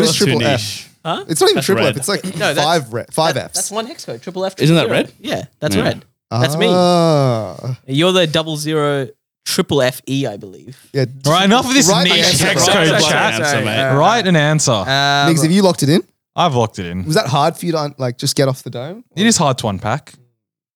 S1: That's
S2: is
S1: too
S2: triple F?
S1: niche.
S2: It's not even
S1: That's
S2: triple
S1: red.
S2: F, it's like
S3: No, that's-
S2: five, re- five
S3: That-
S2: Fs.
S3: That's one hex code. Triple F.
S1: Isn't that
S3: triple
S1: red?
S3: Yeah, that's
S1: Yeah.
S3: red. that's me.
S2: Ah.
S3: You're the double zero triple F E, I believe.
S2: Yeah.
S4: All right, enough of this
S2: Right,
S4: niche
S2: yes,
S4: hex
S2: right.
S4: code
S1: Right,
S4: chat.
S1: right. answer, mate.
S3: uh,
S4: Write an answer.
S3: um,
S2: Migs, have you locked it in?
S4: I've locked it in.
S2: Was that hard for you to like just get off the dome?
S4: It is hard to unpack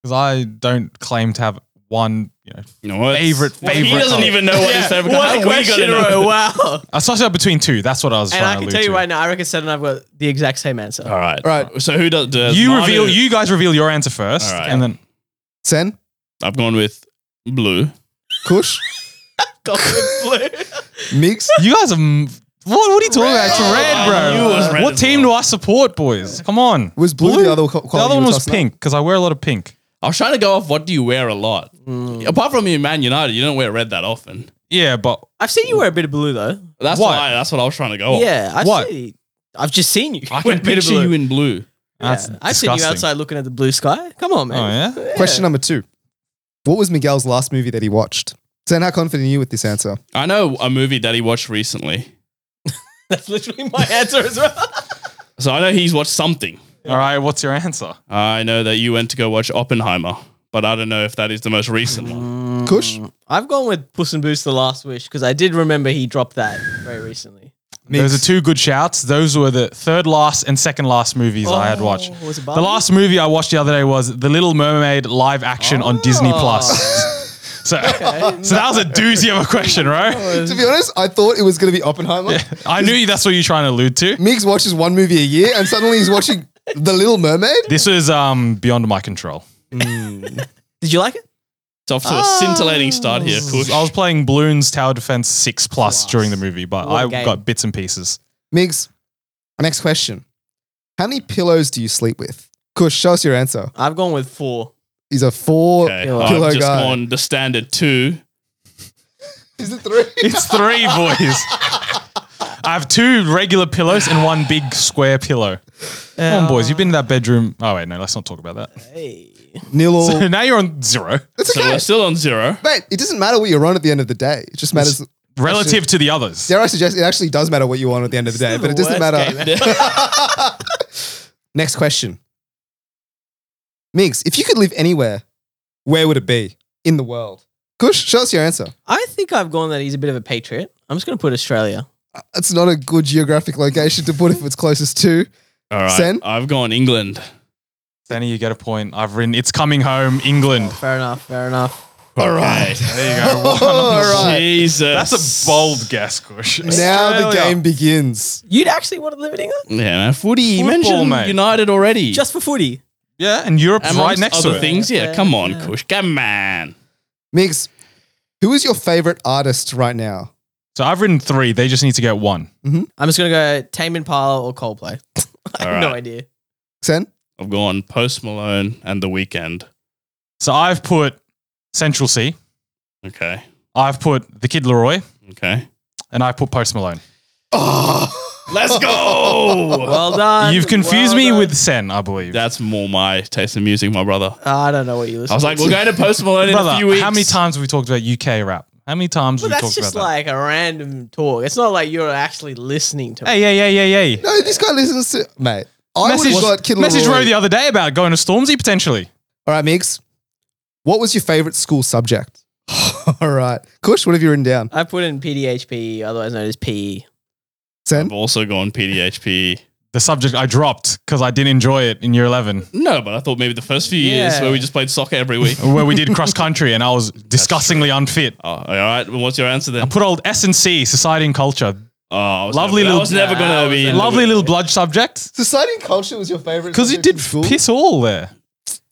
S4: because I don't claim to have one. You know,
S1: You know what?
S4: Favorite-
S1: Well, He
S4: favorite
S1: doesn't
S4: color.
S1: even know what his favorite.
S3: what a
S1: How we
S3: question,
S1: gonna know?
S3: bro. Wow.
S4: I started out between two. That's what I was
S3: And I
S4: trying
S3: can
S4: to
S3: tell
S4: allude
S3: you
S4: to.
S3: right now, I reckon Seth and I've got the exact same answer.
S1: All right,
S2: Right.
S1: So who does? does
S4: you
S1: Manu-
S4: reveal. You guys reveal your answer first,
S1: All right.
S4: and then
S2: Sen?
S1: I've gone with blue.
S2: Kush?
S3: Golden blue.
S2: Migs?
S4: you guys are. m- What, what are you talking about? It's red,
S1: I
S4: bro.
S1: knew it was red
S4: what
S1: as
S4: team
S1: well.
S4: do I support, boys? Come on.
S2: Was blue, the other co-
S4: The
S2: color?
S4: other
S2: you
S4: one
S2: were
S4: was
S2: tossing up?
S4: pink because I wear a lot of pink.
S1: I was trying to go off. What do you wear a lot?
S2: Mm.
S1: Apart from you, Man United, you don't wear red that often.
S4: Yeah, but
S3: I've seen you wear a bit of blue though.
S1: That's
S4: Why?
S1: why. that's what I was trying to go. off.
S3: yeah, I've
S4: What?
S3: seen- I've just seen you.
S1: Oh, I can picture you in blue.
S4: that's
S3: Yeah, I've seen
S4: disgusting.
S3: you outside looking at the blue sky. Come on, man.
S4: Oh yeah.
S2: Question number two What was Miguel's last movie that he watched? Sen, how confident are you with this answer?
S1: I know a movie that he watched recently,
S3: That's literally my answer as well.
S1: so I know he's watched something.
S4: All right. What's your answer?
S1: I know that you went to go watch Oppenheimer, but I don't know if that is the most recent one.
S2: Kush?
S3: I've gone with Puss and Boots: The Last Wish because I did remember he dropped that very recently.
S4: Those are two good shouts. Those were the third last and second last movies I had
S3: Oh,
S4: watched.
S3: was it
S4: the
S3: Barbie?
S4: last movie I watched the other day was The Little Mermaid live action on
S3: Oh.
S4: Disney Plus. So, so that was a doozy of a question, right?
S2: To be honest, I thought it was going to be Oppenheimer.
S4: I knew that's what you're trying to allude to.
S2: Migs watches one movie a year and suddenly he's watching The Little Mermaid.
S4: This is um, beyond my control.
S3: Did you like it?
S1: It's off to a scintillating start here,
S2: Oh.
S1: Kush.
S4: I was playing Bloons Tower Defense 6 Plus during the movie, but
S3: What a
S4: I
S3: game.
S4: got bits and pieces.
S2: Migs, next question. How many pillows do you sleep with? Kush, show us your answer.
S3: I've gone with four.
S2: He's a four
S1: Okay,
S3: Pillow.
S1: I've
S2: pillow
S1: just
S2: guy.
S1: gone the standard two.
S2: Is it three?
S4: It's three, boys. I have two regular pillows and one big square pillow. Come on, boys. You've been in that bedroom. Oh, wait, no, let's not talk about that.
S3: Hey.
S2: Nil all.
S4: So now you're on zero
S2: It's
S1: So
S2: okay.
S1: we're still on zero.
S2: Mate, it doesn't matter what you're on at the end of the day. It just matters.
S4: relative to the others.
S2: Dare I suggest it actually does matter what you want at the end of the day, but it doesn't matter. Next question. Migs, if you could live anywhere, where would it be in the world? Kush, show us your answer.
S3: I think I've gone that he's a bit of a patriot. I'm just going to put Australia.
S2: It's not a good geographic location to put if it's closest to.
S1: All right.
S2: Sen?
S1: I've gone England.
S4: Danny, you get a point. I've written it's coming home, England.
S3: Oh, Fair enough. Fair enough.
S1: All right.
S4: There you go.
S2: All right.
S1: Jesus.
S4: That's a bold guess, Kush.
S2: Now the
S4: Australia.
S2: game begins.
S3: You'd actually want to live in England
S1: Yeah, man. Footy. You
S4: Football,
S1: mentioned
S4: mate.
S1: United already.
S3: just for footy.
S4: Yeah, and Europe's
S1: Amongst
S4: right next
S1: other
S4: to it.
S1: things. Yeah,
S3: Yeah,
S1: come on,
S3: yeah.
S1: Kush. Come on.
S2: Migs, who is your favorite artist right now?
S4: So I've written three. They just need to get one.
S3: I'm just going to go Tame Impala or Coldplay. I have
S1: All
S3: no
S1: right.
S3: idea.
S2: Sen?
S1: I've gone Post Malone and The Weekend.
S4: So I've put Central C.
S1: Okay.
S4: I've put the Kid Leroy,
S1: Okay.
S4: and I put Post Malone.
S2: Oh,
S1: Let's go.
S3: Well
S2: Um,
S3: done.
S4: You've confused
S3: Well
S4: me
S3: done.
S2: uh,
S4: with Sen, I believe.
S1: That's more my taste in music, my brother.
S3: Oh, I don't know what you listen
S1: I was like, we're going to Post Malone in a few
S4: Brother,
S1: weeks.
S4: how many times have we talked about UK rap? How many times
S3: Well,
S4: have we
S3: that's
S4: talked
S3: just
S4: about
S3: like a random talk. It's not like you're actually listening to
S4: that? Hey, yeah, yeah, yeah, yeah.
S2: no, this guy listens to. Mate, I would
S4: message
S2: have got Kid
S4: message
S2: Leroy.
S4: Roe the other day about going to Stormzy potentially.
S2: All right, Migs. What was your favorite school subject? All right. Kush, what have you written down?
S3: I put in PDHP, otherwise known as E. PE.
S2: Sen?
S1: I've also gone PDHP.
S4: The subject I dropped because I didn't enjoy it in year 11,
S1: No, but I thought maybe the first few years
S3: Yeah.
S1: where we just played soccer every week.
S4: where we did cross country and I was disgustingly unfit.
S1: oh, all right. Well, what's your answer
S4: I
S1: then?
S4: put old S and C, society and culture.
S1: Oh, I was
S4: Lovely
S1: never,
S4: little-
S1: I was never going
S3: Nah,
S1: to be. in the-
S4: Lovely little bludge subject
S2: Society and culture was your favorite
S4: because it did piss all there,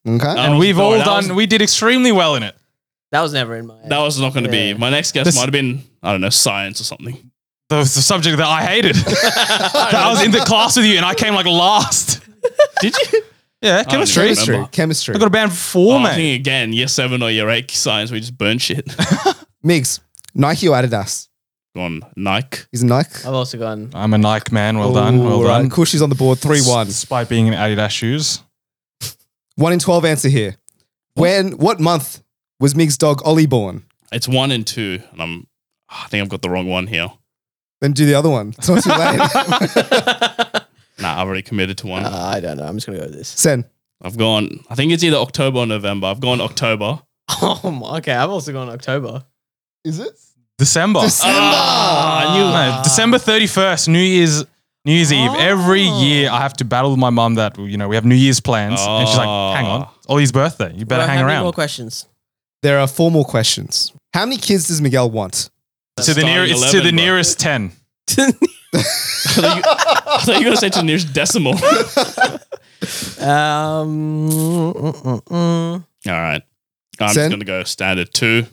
S2: Okay.
S1: I
S4: and
S1: was
S4: we've all
S1: bored. I was-
S4: done. we did extremely well in it.
S3: That was never in my.
S1: That was not going to
S3: Yeah.
S1: be. My next guess
S4: This-
S1: might have been, I don't know, science or something.
S4: The, the subject that I hated. that I was in the class with you and I came like last. Um,
S1: Did you?
S4: Yeah,
S1: don't
S4: chemistry.
S1: even
S2: Chemistry.
S1: remember.
S2: Chemistry.
S4: I got a band for four,
S1: Oh, I
S4: mate.
S1: think again, year seven or year eight science, we just burn shit.
S2: Migs, Nike or Adidas?
S1: Gone Nike.
S2: He's a Nike.
S3: I've also gone.
S4: I'm a Nike man. Well done.
S2: Ooh,
S4: Well
S2: all right.
S4: done.
S2: Kush is on the board 3 1.
S4: Despite being in Adidas shoes.
S2: One in 12 answer here. When, what month was Migs' dog Ollie born?
S1: It's one and two, and I'm. ah, I think I've got the wrong one here.
S2: Then do the other one. It's not too late.
S1: Nah, I've already committed to one.
S3: Uh, I don't know. I'm just gonna go with this.
S2: Sen,
S1: I've gone. I think it's either October or November. I've gone October.
S3: Oh, my- okay. I've also gone October.
S2: is it?
S4: December.
S2: December.
S1: Ah, I knew
S4: No, December 31st, New Year's New Year's Eve. Every
S1: Oh.
S4: year I have to battle with my mum that, you know, we have New Year's plans. And she's like,
S1: Ah.
S4: hang on. It's Ollie's birthday. You better
S3: Right,
S4: hang
S3: how many More
S4: around.
S3: questions.
S2: There are four more questions. How many kids does Miguel want?
S4: To the,
S1: Starting
S4: near, it's to
S1: 11,
S4: the
S1: bro.
S4: nearest 10.
S1: I thought you were going to say to the nearest decimal. All
S3: um, mm, mm, mm.
S1: right. I'm
S2: Sen?
S1: just going to go standard two.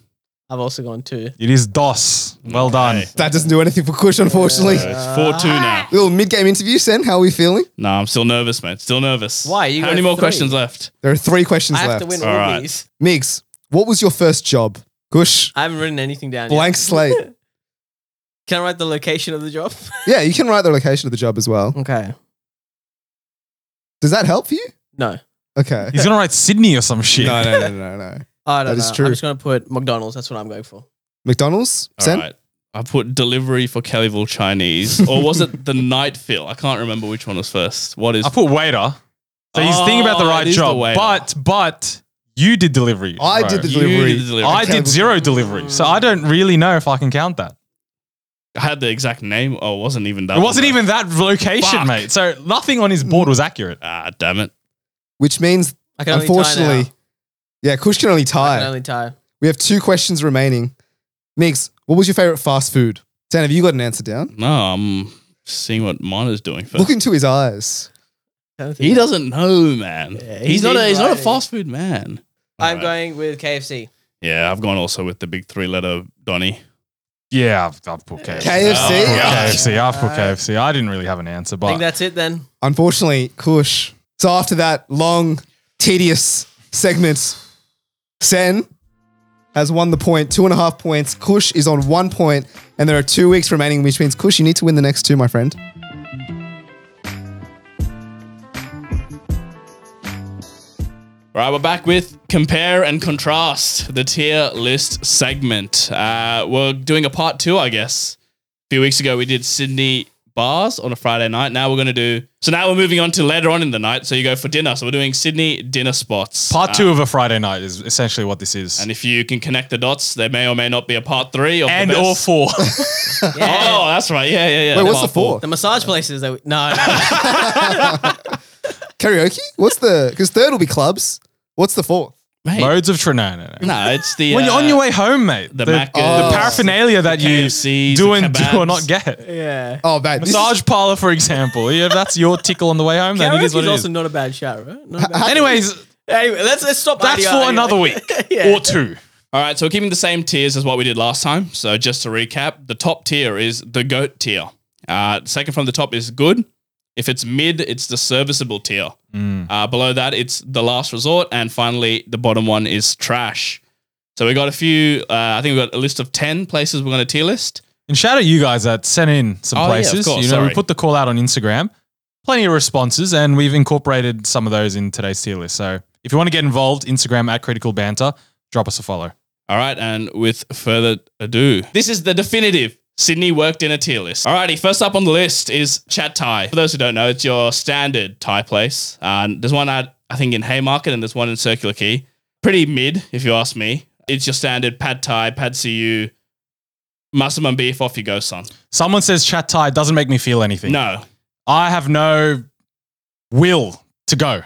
S3: I've also gone two.
S4: It is DOS. Well done.
S1: Okay.
S2: That doesn't do anything for Kush, unfortunately.
S1: So it's four two
S3: Ah.
S1: now.
S2: Little mid game interview, Sen. How are we feeling?
S1: No, I'm still nervous, mate. Still nervous.
S3: Why? You
S1: How
S3: got
S1: many more
S3: three.
S1: questions left?
S2: There are three questions
S3: I have
S2: left.
S3: to win all,
S1: All right.
S3: these.
S2: Migs, what was your first job? Kush,
S3: I haven't written anything down.
S2: blank
S3: Yet.
S2: slate.
S3: Can I write the location of the job?
S2: yeah, you can write the location of the job as well.
S3: okay.
S2: Does that help you?
S3: No.
S2: Okay.
S4: He's going to write Sydney or some shit.
S2: No, no, no, no, no.
S3: I don't
S2: That
S3: know.
S2: is true.
S3: I'm just gonna put McDonald's. That's what I'm going for.
S2: McDonald's?
S1: All right.
S2: Sen?
S1: I put delivery for Kellyville Chinese, or was it the night fill? I can't remember which one was first. What is?
S4: I put waiter. So he's thinking about the
S1: Oh,
S4: right
S1: it is the
S4: job.
S1: waiter.
S4: but, but you did delivery.
S2: I
S4: bro.
S2: did the
S1: You
S2: delivery.
S1: did the delivery.
S4: I did zero delivery. So I don't really know if I can count that.
S1: I had the exact name. Oh, it wasn't even that.
S4: It
S1: one,
S4: wasn't
S1: though.
S4: even that location,
S1: Fuck.
S4: mate. So nothing on his board was accurate.
S1: Ah, damn it.
S2: Which means,
S3: I can only tie
S2: unfortunately,
S3: now.
S2: yeah, Kush can only
S3: I
S2: tie.
S3: can only tie.
S2: we have two questions remaining. Migs, what was your favorite fast food? Sen, have you got an answer down?
S1: No, I'm seeing what Mana's doing first.
S2: Look into his eyes.
S3: I don't think-
S1: he doesn't know, man.
S3: Yeah,
S1: he's,
S3: he's
S1: not. A, he's not a
S3: right.
S1: fast food man.
S3: I'm
S1: Alright.
S3: going with KFC.
S1: Yeah, I've gone also with the big three letter Donny.
S4: Yeah, I've, I've put KFC.
S2: KFC?
S4: I've put
S1: Yeah.
S4: KFC. I've put
S3: Alright.
S4: KFC. I didn't really have an answer,
S3: I think
S4: but
S3: that's it then.
S2: Unfortunately, Kush. So after that long, tedious segment, Sen has won the point, two and a half points. Kush is on one point, and there are two weeks remaining, which means Kush, you need to win the next two, my friend.
S1: All right, we're back with compare and contrast the tier list segment. Uh, we're doing a part two, I guess. A few weeks ago, we did Sydney bars on a Friday night. Now we're going to do. So now we're moving on to later on in the night. So you go for dinner. So we're doing Sydney dinner spots.
S4: Part two of a Friday night is essentially what this is.
S1: uh, And if you can connect the dots, there may or may not be a part three of the
S4: And
S1: best-
S4: or four.
S1: Oh, that's right. Yeah, yeah, yeah.
S2: Wait, what's
S1: Part
S2: the four?
S3: The massage places that we, no, no.
S2: Karaoke? What's the? Because third will be clubs. What's the fourth?
S1: Mate,
S4: Loads of Trinidad. No, no, no.
S1: no, it's the
S4: When you're on
S1: uh,
S4: your way home, mate,
S1: the
S4: the, uh,
S1: Maccas,
S4: the paraphernalia that you
S1: KFCs,
S4: do
S1: the
S4: and do or
S1: kebabs.
S4: not get.
S3: yeah.
S2: Oh, man. this is-
S4: Massage parlor, for example. Yeah, if that's your tickle on the way home, then it
S3: Karaoke
S4: is
S3: is
S4: what it is.
S3: also not a bad shout, right? Not a bad-
S4: Anyways,
S3: anyway, let's let's stop.
S4: that's
S3: IDI
S4: for
S3: anyway.
S4: another week
S3: Yeah.
S4: or two.
S1: All right, so we're keeping the same tiers as what we did last time. So just to recap, the top tier is the goat tier. Uh, second from the top is good. If it's mid, it's the serviceable tier.
S4: Mm.
S1: Uh, below that, it's the last resort, and finally, the bottom one is trash. So we got a few. Uh, I think we got a list of ten places we're going to tier list.
S4: And shout out you guys that sent in some
S1: Oh, yeah, of
S4: places.
S1: course,
S4: you know, we
S1: sorry.
S4: put the call out on Instagram. Plenty of responses, and we've incorporated some of those in today's tier list. So if you want to get involved, Instagram at Critical Banter, drop us a follow.
S1: All right, and with further ado, this is the definitive Sydney work dinner tier list. All righty, first up on the list is Chat Thai. For those who don't know, it's your standard Thai place. Uh, there's one at, I think in Haymarket and there's one in Circular Quay. Pretty mid, if you ask me. It's your standard pad Thai, pad CU, muscle and beef, off you go, son.
S4: Someone says chat Thai doesn't make me feel anything.
S1: No,
S4: I have no will to go,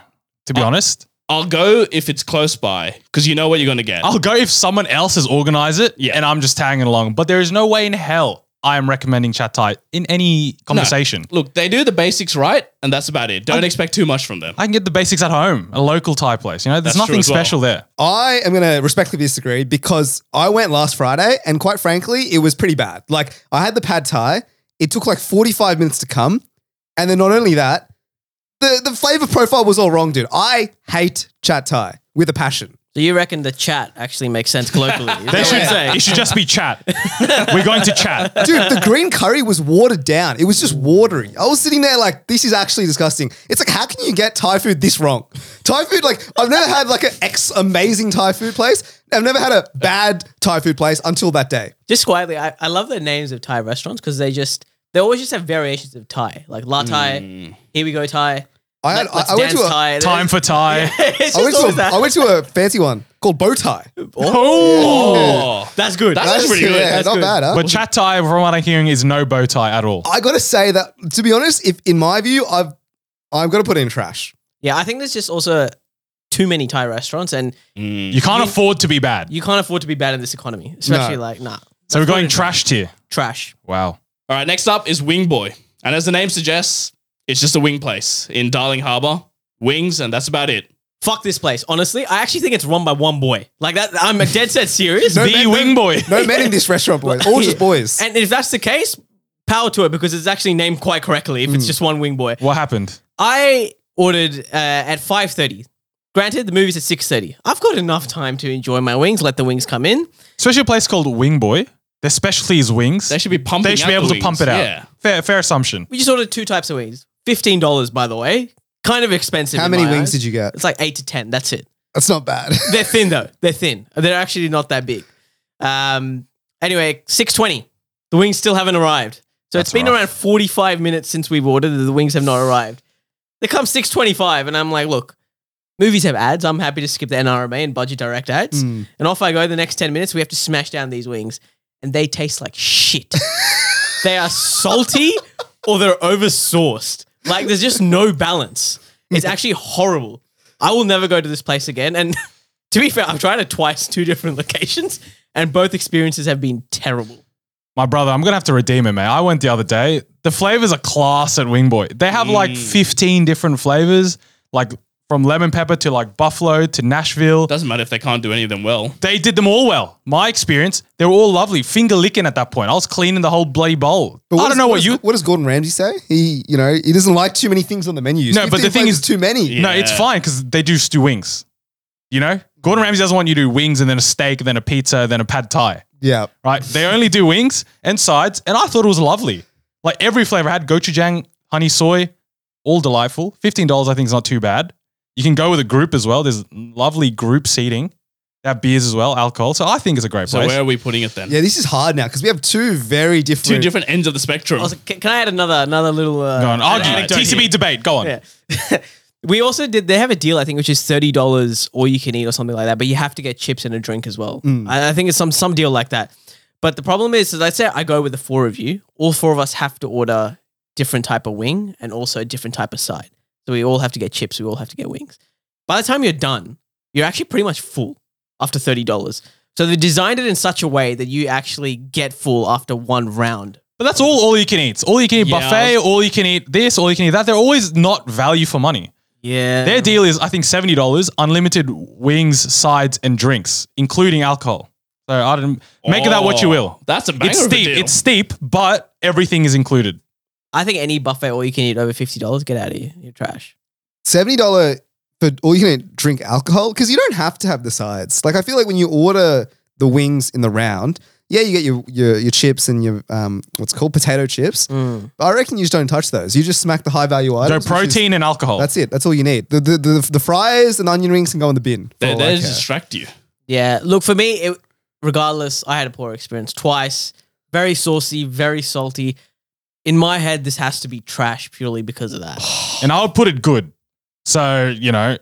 S4: to be
S1: Oh.
S4: honest.
S1: I'll go if it's close by because you know what you're going to get.
S4: I'll go if someone else has organized it
S1: Yeah.
S4: and I'm just tagging along. But there is no way in hell I am recommending chat Thai in any conversation.
S1: Look, they do the basics right, and that's about it. Don't expect too much from them.
S4: I can get the basics at home, a local Thai place. You know, there's
S1: That's true
S4: nothing
S1: as well.
S4: special there.
S2: I am going to respectfully disagree because I went last Friday and quite frankly, it was pretty bad. Like, I had the pad thai, it took like 45 minutes to come. And then not only that, the, the flavor profile was all wrong, dude. I hate chat thai with a passion.
S3: So you reckon the chat actually makes sense colloquially? is
S4: They
S3: that what
S4: should
S3: you're saying?
S4: It should just be chat. We're going to chat.
S2: Dude, the green curry was watered down. It was just watery. I was sitting there like, this is actually disgusting. It's like, how can you get Thai food this wrong? Thai food, like, I've never had like an ex amazing Thai food place. I've never had a bad Thai food place until that day.
S3: Just quietly, I, I love the names of Thai restaurants because they just they always just have variations of Thai, like La Thai, Here We Go Thai,
S2: I, had,
S3: Let, us
S2: I, I went
S3: Dance
S2: to a,
S3: Thai.
S4: Hmm. Time for Thai.
S3: It's
S2: I went,
S3: just always
S2: to a, I
S3: that.
S2: went to a fancy one called bow tie.
S1: Oh,
S3: That's good.
S1: That's That's- pretty good.
S2: yeah,
S1: That's
S2: not
S1: good.
S2: bad, huh?
S4: But chat Thai, from what I'm hearing, is no bow tie at all.
S2: I gotta say that to be honest, if in my view, I've I'm gonna put in trash.
S3: yeah, I think there's just also too many Thai restaurants, and
S4: You can't afford to be bad.
S3: you can't afford to be bad in this economy, especially
S2: No.
S3: like nah,
S4: So we're going trash tier.
S3: trash.
S4: Wow.
S1: All right, next up is Wing Boy. And as the name suggests, it's just a wing place in Darling Harbour. Wings, and that's about it.
S3: Fuck this place. Honestly, I actually think it's run by one boy. Like that, I'm a dead set serious.
S2: No
S4: The
S2: men-
S4: wing boy.
S2: No men in this restaurant, boys. All just boys.
S3: And if that's the case, power to it because it's actually named quite correctly.
S2: Hmm.
S3: If it's just one wing boy,
S4: What happened?
S3: I ordered uh, at five thirty. Granted, the movie's at six thirty. I've got enough time to enjoy my wings. Let the wings come in.
S4: Especially a place called Wing Boy. Their specialty is wings.
S1: They should be pumping.
S4: They should be
S1: out
S4: able
S1: the
S4: to pump it
S1: wings.
S4: out.
S1: Yeah.
S4: Fair, fair assumption.
S3: We just ordered two types of wings. Fifteen dollars, by the way. Kind of expensive.
S2: How
S3: in
S2: many
S3: my
S2: wings
S3: eyes.
S2: did you get?
S3: It's like eight to ten. That's it.
S2: That's not bad.
S3: They're thin though. They're thin. They're actually not that big. Um. Anyway, six twenty. The wings still haven't arrived. So
S4: That's
S3: it's been
S4: rough.
S3: around forty-five minutes since we've ordered. and The wings have not arrived. They come six twenty-five, and I'm like, look. Movies have ads. I'm happy to skip the NRMA and budget direct ads.
S4: Hmm.
S3: And off I go the next 10 minutes. We have to smash down these wings. And they taste like shit. they are salty or they're oversourced. Like there's just no balance. It's actually horrible. I will never go to this place again. And to be fair, I've tried it twice, two different locations, and both experiences have been terrible.
S4: My brother, I'm gonna have to redeem it, mate. I went the other day. The flavors are class at Wing Boy. They have
S1: Mm.
S4: like 15 different flavors, like from lemon pepper to like buffalo to Nashville.
S1: Doesn't matter if they can't do any of them well.
S4: They did them all well. My experience, they were all lovely. Finger licking at that point. I was cleaning the whole bloody bowl.
S2: But
S4: I
S2: does-
S4: don't know what,
S2: does-
S4: you.
S2: What does Gordon Ramsay say? He, you know, he doesn't like too many things on the menu.
S4: No, but the
S2: 15
S4: thing is-
S2: flavors too many.
S1: Yeah.
S4: No, it's fine because they do just do wings. You know, Gordon Ramsay doesn't want you to do wings and then a steak, then a pizza, then a pad thai.
S2: Yeah.
S4: Right? They only do wings and sides, and I thought it was lovely. Like every flavor had gochujang, honey soy, all delightful. Fifteen dollars, I think, is not too bad. You can go with a group as well. There's lovely group seating. They have beers as well, alcohol. So I think it's a great
S1: So
S4: place.
S1: where are we putting it then?
S2: Yeah, this is hard now because we have two very different.
S1: Two different ends of the spectrum.
S3: Also, can, can I add another another little? Uh,
S4: go on. Argue.
S1: Alright.
S4: TCB debate. Go on.
S3: Yeah. we also did. They have a deal, I think, which is thirty dollars all you can eat or something like that. But you have to get chips and a drink as well. I, I think it's some some deal like that. But the problem is, is let's say I go with the four of you. All four of us have to order different type of wing and also a different type of side. So we all have to get chips. We all have to get wings. By the time you're done, you're actually pretty much full after thirty dollars. So they designed it in such a way that you actually get full after one round.
S4: But that's all all you can eat. It's all you can eat
S1: Yeah, I
S4: buffet, all you can eat this, all you can eat that. They're always not value for money.
S3: Yeah.
S4: Their deal is I think $70, unlimited wings, sides and drinks, including alcohol. So I don't make of that what you
S1: Oh,
S4: will.
S1: That's a banger
S4: It's
S1: of a
S4: steep,
S1: deal.
S4: it's steep, but everything is included.
S3: I think any buffet all you can eat over fifty dollars, get out of here. You're trash.
S2: seventy dollar for all you can drink alcohol because you don't have to have the sides. Like I feel like when you order the wings in the round, yeah, you get your your, your chips and your um what's it called potato chips. But I reckon you just don't touch those. You just smack the high value
S4: So
S2: items. which is-
S4: protein and alcohol.
S2: that's it. That's all you need. The the, the the fries and onion rings can go in the bin. for
S1: they
S2: all I
S1: they
S2: care.
S1: distract you.
S3: Yeah. Look for me. It, regardless, I had a poor experience twice. Very saucy, very salty. In my head, this has to be trash purely because of that.
S4: and I would put it good. So, you know,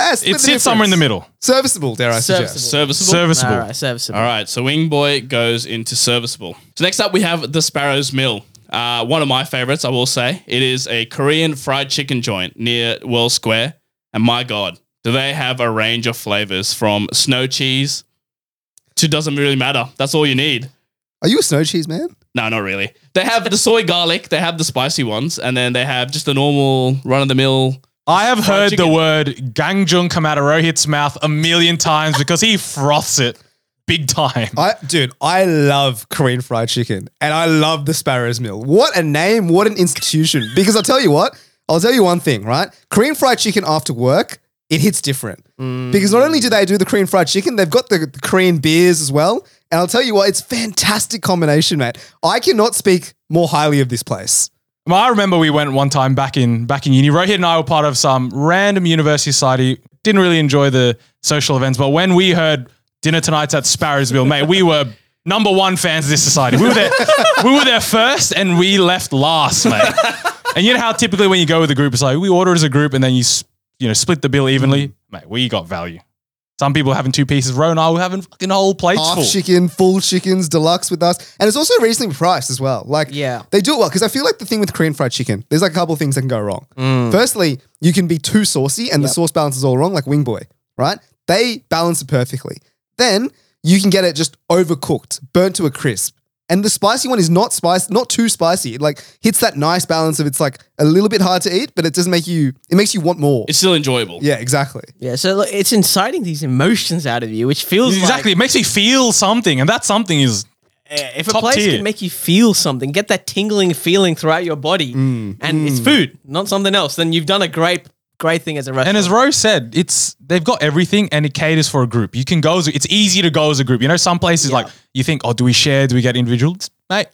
S2: Ah, split
S4: it
S2: the
S4: sits somewhere in the
S2: difference.
S4: middle.
S2: Serviceable, dare I suggest?
S3: Serviceable.
S1: Serviceable.
S4: Serviceable.
S3: All right, serviceable.
S1: All right, so Wing Boy goes into serviceable. So next up, we have the Sparrow's Mill. Uh, one of my favorites, I will say. It is a Korean fried chicken joint near World Square. And my God, do they have a range of flavors from snow cheese to doesn't really matter. That's all you need.
S2: Are you a snow cheese man?
S1: No, not really. They have the soy garlic, they have the spicy ones, and then they have just the normal run of the mill.
S4: I have
S1: Fried
S4: heard the
S1: chicken.
S4: word Gangjung come out of Rohit's mouth a million times because he froths it big time.
S2: I dude, I love Korean fried chicken and I love the Sparrow's Mill. What a name, what an institution. Because I'll tell you what, I'll tell you one thing, right? Korean fried chicken after work, it hits different. Because not only do they do the Korean fried chicken, they've got the, the Korean beers as well. And I'll tell you what, it's fantastic combination, mate. I cannot speak more highly of this place.
S4: Well, I remember we went one time back in back in uni. Rohit and I were part of some random university society. Didn't really enjoy the social events, but when we heard dinner tonight's at Sparrowsville, mate, we were number one fans of this society. We were there, we were there first, and we left last, mate. And you know how typically when you go with a group, it's like we order as a group, and then you s- you know split the bill evenly, mate. We got value. Some people having two pieces. Ro and I were having fucking whole plates
S2: half
S4: full.
S2: chicken, full chickens, deluxe with us, and it's also reasonably priced as well. Like,
S3: Yeah.
S2: they do it well because I feel like the thing with Korean fried chicken, there's like a couple of things that can go wrong. Firstly, you can be too saucy and the sauce balance is all wrong, like Wing Boy, right? They balance it perfectly. Then you can get it just overcooked, burnt to a crisp. And the spicy one is not spicy, not too spicy. It like hits that nice balance of it's like a little bit hard to eat, but it doesn't make you. It makes you want more.
S1: It's still enjoyable.
S2: yeah, exactly.
S3: Yeah. So look, it's inciting these emotions out of you, which feels
S4: Exactly, it makes me feel something, and that something is
S3: Like, eh, if a
S4: Top
S3: place
S4: tier.
S3: can make you feel something, get that tingling feeling throughout your body, and it's food, not something else, then you've done a great, great thing as a restaurant.
S4: And as Rose said, it's they've got everything and it caters for a group. You can go as it's easy to go as a group. You know, some places like you think, oh, do we share? Do we get individual? It's- Mate,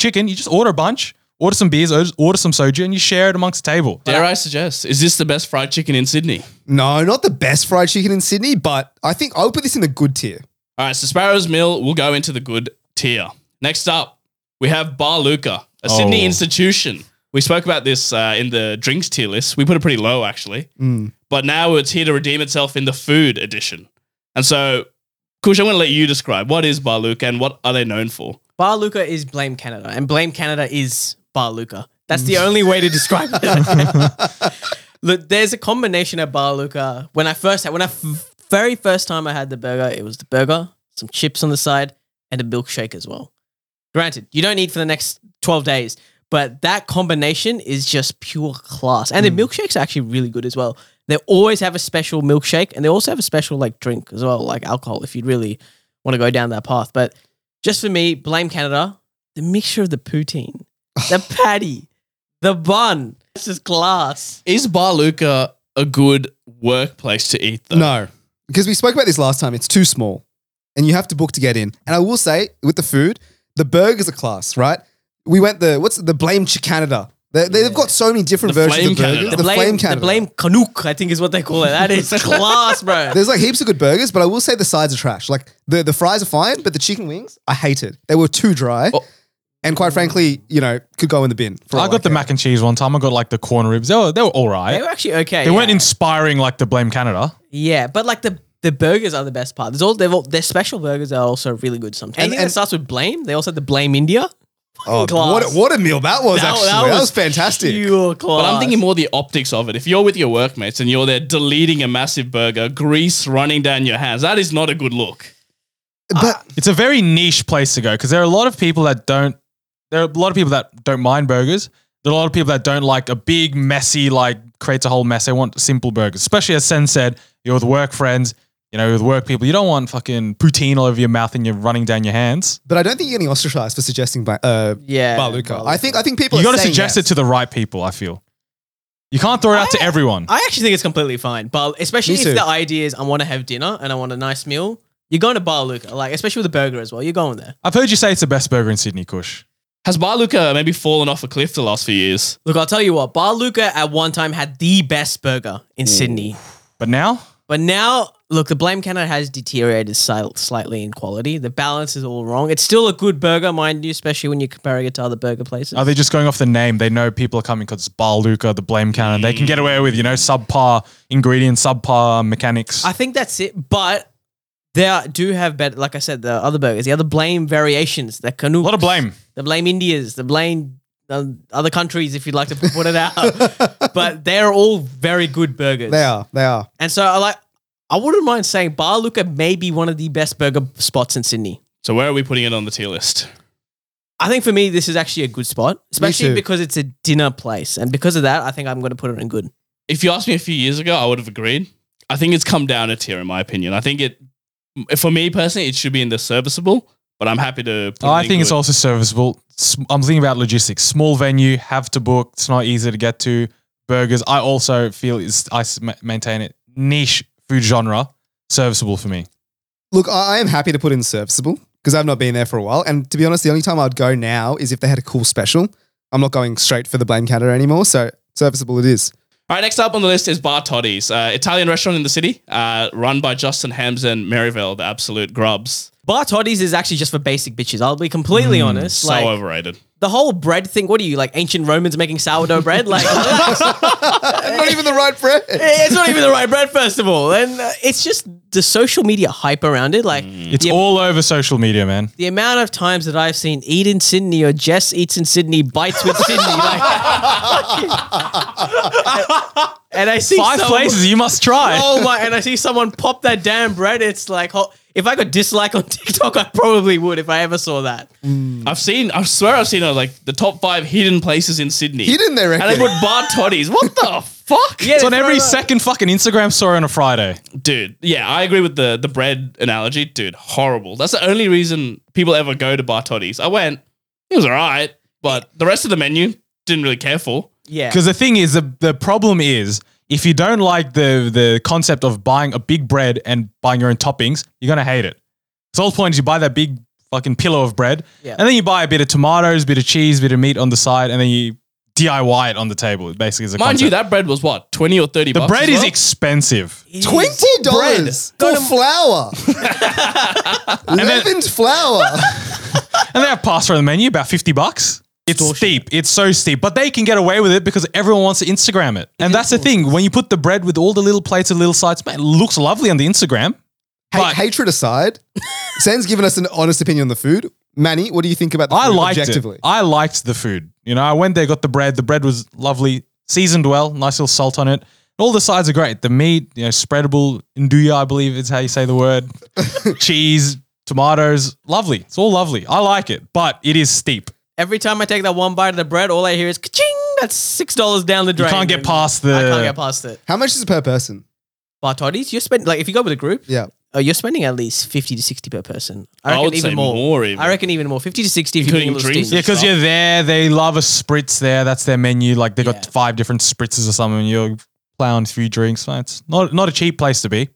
S4: chicken, you just order a bunch, order some beers, order order some soju, and you share it amongst the table.
S1: Dare I suggest, is this the best fried chicken in Sydney?
S2: No, not the best fried chicken in Sydney, but I think I would put this in the good tier.
S1: All right, so Sparrow's Mill will go into the good tier. Next up, we have Bar Luca, a Sydney
S4: Oh.
S1: institution. We spoke about this uh, in the drinks tier list. We put it pretty low, actually.
S2: Mm.
S1: But now it's here to redeem itself in the food edition. And so, Kush, I'm going to let you describe what is Bar Luca and what are they known for?
S3: Bar Luca is Blame Canada, and Blame Canada is Bar Luca. That's the only way to describe it. Look, there's a combination at Bar Luca. When I first had, when I f- very first time I had the burger, it was the burger, some chips on the side, and a milkshake as well. Granted, you don't need for the next 12 days, but that combination is just pure class. And the milkshake's actually really good as well. They always have a special milkshake, and they also have a special like drink as well, like alcohol, if you'd really want to go down that path. But just for me, blame Canada. The mixture of the poutine, the patty, the bun. It's just glass.
S1: Is Bar Luca a good workplace to eat, though?
S2: No, because we spoke about this last time. It's too small, and you have to book to get in. And I will say, with the food, the burgers are class, right? We went the what's the blame Chicanada They, They've got so many different
S1: The
S2: versions
S1: flame
S2: of burgers.
S1: cannon.
S2: The,
S1: The
S2: flame cannon.
S3: The blame Canuck, I think is what they call it. That is class, bro.
S2: There's like heaps of good burgers, but I will say the sides are trash. Like the, the fries are fine, but the chicken wings, I hated. They were too dry.
S1: Oh.
S2: And quite frankly, you know, could go in the bin. For all
S4: I got the
S2: care.
S4: mac and cheese one time. I got like the corn ribs. They were, they were all right.
S3: They were actually okay.
S4: They
S3: yeah.
S4: weren't inspiring like the Blame Canada.
S3: Yeah, but like the the burgers are the best part. There's all they've all, their special burgers are also really good sometimes. Anything
S2: and-
S3: that starts with blame, they also had the blame India.
S2: Oh,
S3: class.
S2: what, a- what a meal that was,
S3: That-
S2: actually. That
S3: that
S2: was,
S3: was
S2: fantastic.
S3: Pure class.
S1: But I'm thinking more the optics of it. If you're with your workmates and you're there deleting a massive burger, grease running down your hands, that is not a good look.
S2: but
S4: It's a very niche place to go because there are a lot of people that don't. There are a lot of people that don't mind burgers. There are a lot of people that don't like a big, messy, like creates a whole mess. They want simple burgers, especially as Sen said, you're with work friends, you know, with work people. You don't want fucking poutine all over your mouth and you're running down your hands.
S2: but I don't think you're getting ostracized for suggesting ba- uh,
S3: yeah,
S2: Baluka. I think I think people
S4: You
S2: are
S4: got to
S2: saying
S4: suggest
S2: yes.
S4: it to the right people. I feel you can't throw it out to
S3: I-
S4: everyone.
S3: I actually think it's completely fine, but especially
S2: Me
S3: if
S2: too.
S3: the idea is I want to have dinner and I want a nice meal. You're going to Bar Luca, like especially with the burger as well. You're going there.
S4: I've heard you say it's the best burger in Sydney, Kush.
S1: Has Barluca maybe fallen off a cliff the last few years?
S3: Look, I'll tell you what. Bar Luca at one time had the best burger in Sydney,
S4: But now
S3: but now look, the Blame Canada has deteriorated sil- slightly in quality. The balance is all wrong. It's still a good burger, mind you, especially when you're comparing it to other burger places.
S4: Are they Oh, just going off the name? They know people are coming because it's Bar Luca, the blame cannon. They can get away with, you know, subpar ingredients, subpar mechanics.
S3: I think that's it. But they are, do have better, like I said, the other burgers, the other blame variations, the canoe,
S4: a lot of blame.
S3: the blame Indias, the blame uh, other countries, if you'd like to put it out. but they're all very good burgers.
S2: They are. They are.
S3: and so I like. I wouldn't mind saying Bar Luca may be one of the best burger spots in Sydney.
S1: So where are we putting it on the tier list?
S3: I think for me, this is actually a good spot,
S2: too.
S3: especially because it's a dinner place. And because of that, I think I'm going to put it in good.
S1: If you asked me a few years ago, I would have agreed. I think it's come down a tier in my opinion. I think it, for me personally, it should be in the serviceable, but I'm happy to. Put it
S4: Oh, I
S1: in
S4: think it's
S1: good.
S4: also serviceable. S- I'm thinking about logistics. Small venue, have to book. It's not easy to get to. Burgers. I also feel is I s- ma- maintain it niche food genre serviceable for me.
S2: Look, I, I am happy to put in serviceable because I've not been there for a while. And to be honest, the only time I'd go now is if they had a cool special. I'm not going straight for the blame canada anymore. So serviceable it is.
S1: All right, next up on the list is Bar Toddy's, uh, Italian restaurant in the city, uh, run by Justin Hams and Maryvale, the absolute grubs.
S3: Bar Toddies is actually just for basic bitches. I'll be completely honest.
S1: So
S3: like,
S1: overrated.
S3: the whole bread thing. What are you like ancient Romans making sourdough bread? Like
S2: not even the right bread.
S3: it's not even the right bread, first of all, and uh, it's just the social media hype around it. Like
S4: It's
S3: Yeah.
S4: all over social media, man.
S3: the amount of times that I've seen eat in Sydney or Jess eats in Sydney bites with Sydney. Like, and I see
S4: Five
S3: someone-
S4: places you must try.
S3: Oh my! And I see someone pop that damn bread. It's like, ho- if I got dislike on TikTok, I probably would if I ever saw that.
S1: I've seen, I swear I've seen uh, like the top five hidden places in Sydney.
S2: Hidden, they
S1: And they
S2: reckon.
S1: put Bar Toddy's. What the fuck?
S3: Yeah,
S4: it's on
S3: they
S4: every
S3: throw that-
S4: second fucking Instagram story on a Friday.
S1: Dude, yeah, I agree with the, the bread analogy. Dude, horrible. That's the only reason people ever go to Bar Toddy's. I went, it was all right, but the rest of the menu, didn't really care for.
S3: Yeah,
S4: Because the thing is, the, the problem is, if you don't like the the concept of buying a big bread and buying your own toppings, you're gonna hate it. So the whole point is you buy that big fucking pillow of bread,
S3: Yeah.
S4: and then you buy a bit of tomatoes, bit of cheese, bit of meat on the side, and then you DIY it on the table. It basically is a
S1: Mind
S4: concept.
S1: you, that bread was what, 20 or 30
S4: the
S1: bucks?
S4: bread
S1: as
S4: is
S1: well?
S4: expensive.
S2: Twenty dollars for flour, leavened flour.
S4: And they have pasta on the menu, about 50 bucks. It's steep. It's so steep. But they can get away with it because everyone wants to Instagram it. And that's the thing. When you put the bread with all the little plates and little sides, man, it looks lovely on the Instagram.
S2: Ha-
S4: But-
S2: hatred aside, Sen's given us an honest opinion on the food. Manny, what do you think about the
S4: I
S2: food
S4: liked
S2: objectively?
S4: it. I liked the food. You know, I went there, got the bread. The bread was lovely, seasoned well, nice little salt on it. All the sides are great. The meat, you know, spreadable nduja, I believe is how you say the word. Cheese, tomatoes, lovely. It's all lovely. I like it, but it is steep.
S3: Every time I take that one bite of the bread, all I hear is ka-ching. That's six dollars down the
S4: You
S3: drain.
S4: can't get past the.
S3: I can't get past it.
S2: How much is it per person?
S3: Bartottis, you're spending like if you go with a group,
S2: Yeah.
S3: uh, you're spending at least fifty to sixty per person. I
S1: I
S3: reckon
S1: would
S3: even
S1: say
S3: more.
S1: more even.
S3: I reckon even more. Fifty to sixty, if you're
S1: Including
S3: being a little
S1: drinks.
S4: Yeah,
S3: stingy.
S4: because you're there. They love a spritz there. That's their menu. Like they got
S3: Yeah.
S4: five different spritzes or something. You're plowing a few drinks. Like, It's not not a cheap place to be.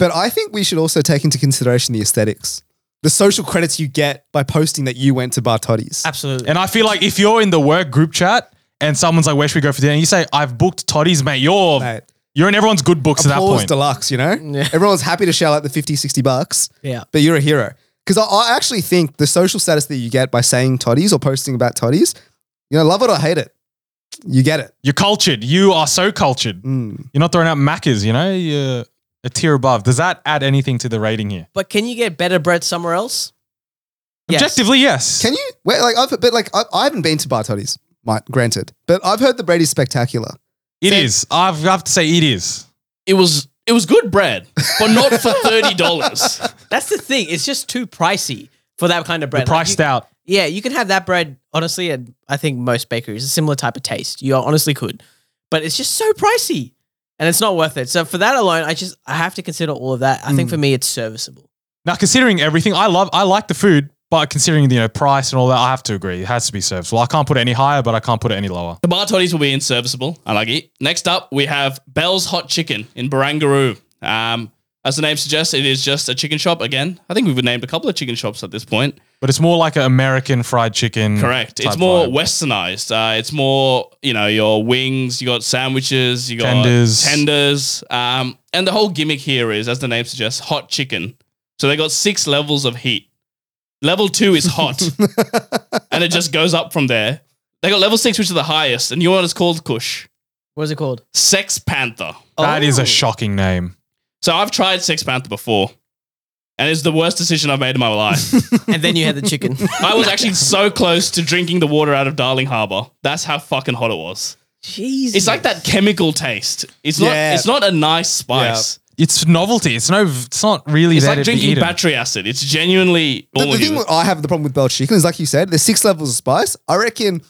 S2: But I think we should also take into consideration the aesthetics, the social credits you get by posting that you went to Bartotti's.
S3: Absolutely.
S4: And I feel like if you're in the work group chat and someone's like, where should we go for dinner? And you say, I've booked Toddy's, mate. You're
S2: Mate.
S4: you're in everyone's good books at that
S2: Applause
S4: point.
S2: deluxe, you know?
S3: Yeah.
S2: Everyone's happy to shell out the 50, 60 bucks,
S3: Yeah.
S2: but you're a hero. Because I, I actually think the social status that you get by saying toddies or posting about toddies, you know, love it or hate it, you get it.
S4: You're cultured. You are so cultured.
S2: Mm.
S4: You're not throwing out Maccas, you know? You're a tier above. Does that add anything to the rating here?
S3: But can you get better bread somewhere else? Yes.
S4: Objectively, yes.
S2: Can you? Wait, like, I've, but like, I, I haven't been to bar toddies, might, granted, but I've heard the Brady's spectacular.
S4: It is. I've, I have to say, it is.
S1: It was it was good bread, but not for thirty dollars.
S3: That's the thing. It's just too pricey for that kind of bread. Like,
S4: Priced
S3: you-
S4: out.
S3: Yeah, you can have that bread honestly at I think most bakeries. A similar type of taste. You honestly could, but it's just so pricey, and it's not worth it. So for that alone, I just I have to consider all of that. I
S4: Hmm.
S3: think for me, it's serviceable.
S4: Now, considering everything, I love, I like the food, but considering the you know, price and all that, I have to agree. It has to be serviceable. I can't put it any higher, but I can't put it any lower.
S1: The bar toddies will be inserviceable. I like it. Next up, we have Bell's Hot Chicken in Barangaroo. Um, as the name suggests, it is just a chicken shop. Again, I think we've named a couple of chicken shops at this point.
S4: But it's more like an American fried chicken.
S1: Correct. It's
S4: type
S1: more
S4: vibe.
S1: westernized. Uh, it's more, you know, your wings, you got sandwiches, you got
S4: Tenders.
S1: tenders. Um, and the whole gimmick here is, as the name suggests, hot chicken. So they got six levels of heat. Level two is hot, and it just goes up from there. They got level six, which is the highest, and you know what it's called, Kush?
S3: What is it called?
S1: Sex Panther.
S4: That is
S3: Oh.
S4: a shocking name.
S1: So I've tried Sex Panther before, and it's the worst decision I've made in my life.
S3: and then you had the chicken.
S1: I was actually so close to drinking the water out of Darling Harbour. That's how fucking hot it was.
S3: Jesus,
S1: It's like that chemical taste. It's not.
S2: Yeah.
S1: It's not a nice spice.
S4: It's novelty. It's no. It's not really
S1: It's
S4: there
S1: like
S4: to be
S1: drinking
S4: eaten.
S1: battery acid. It's genuinely.
S2: But
S1: all
S2: the
S1: of
S2: thing
S1: you.
S2: that I have the problem with Bell chicken is, like you said, there's six levels of spice. I reckon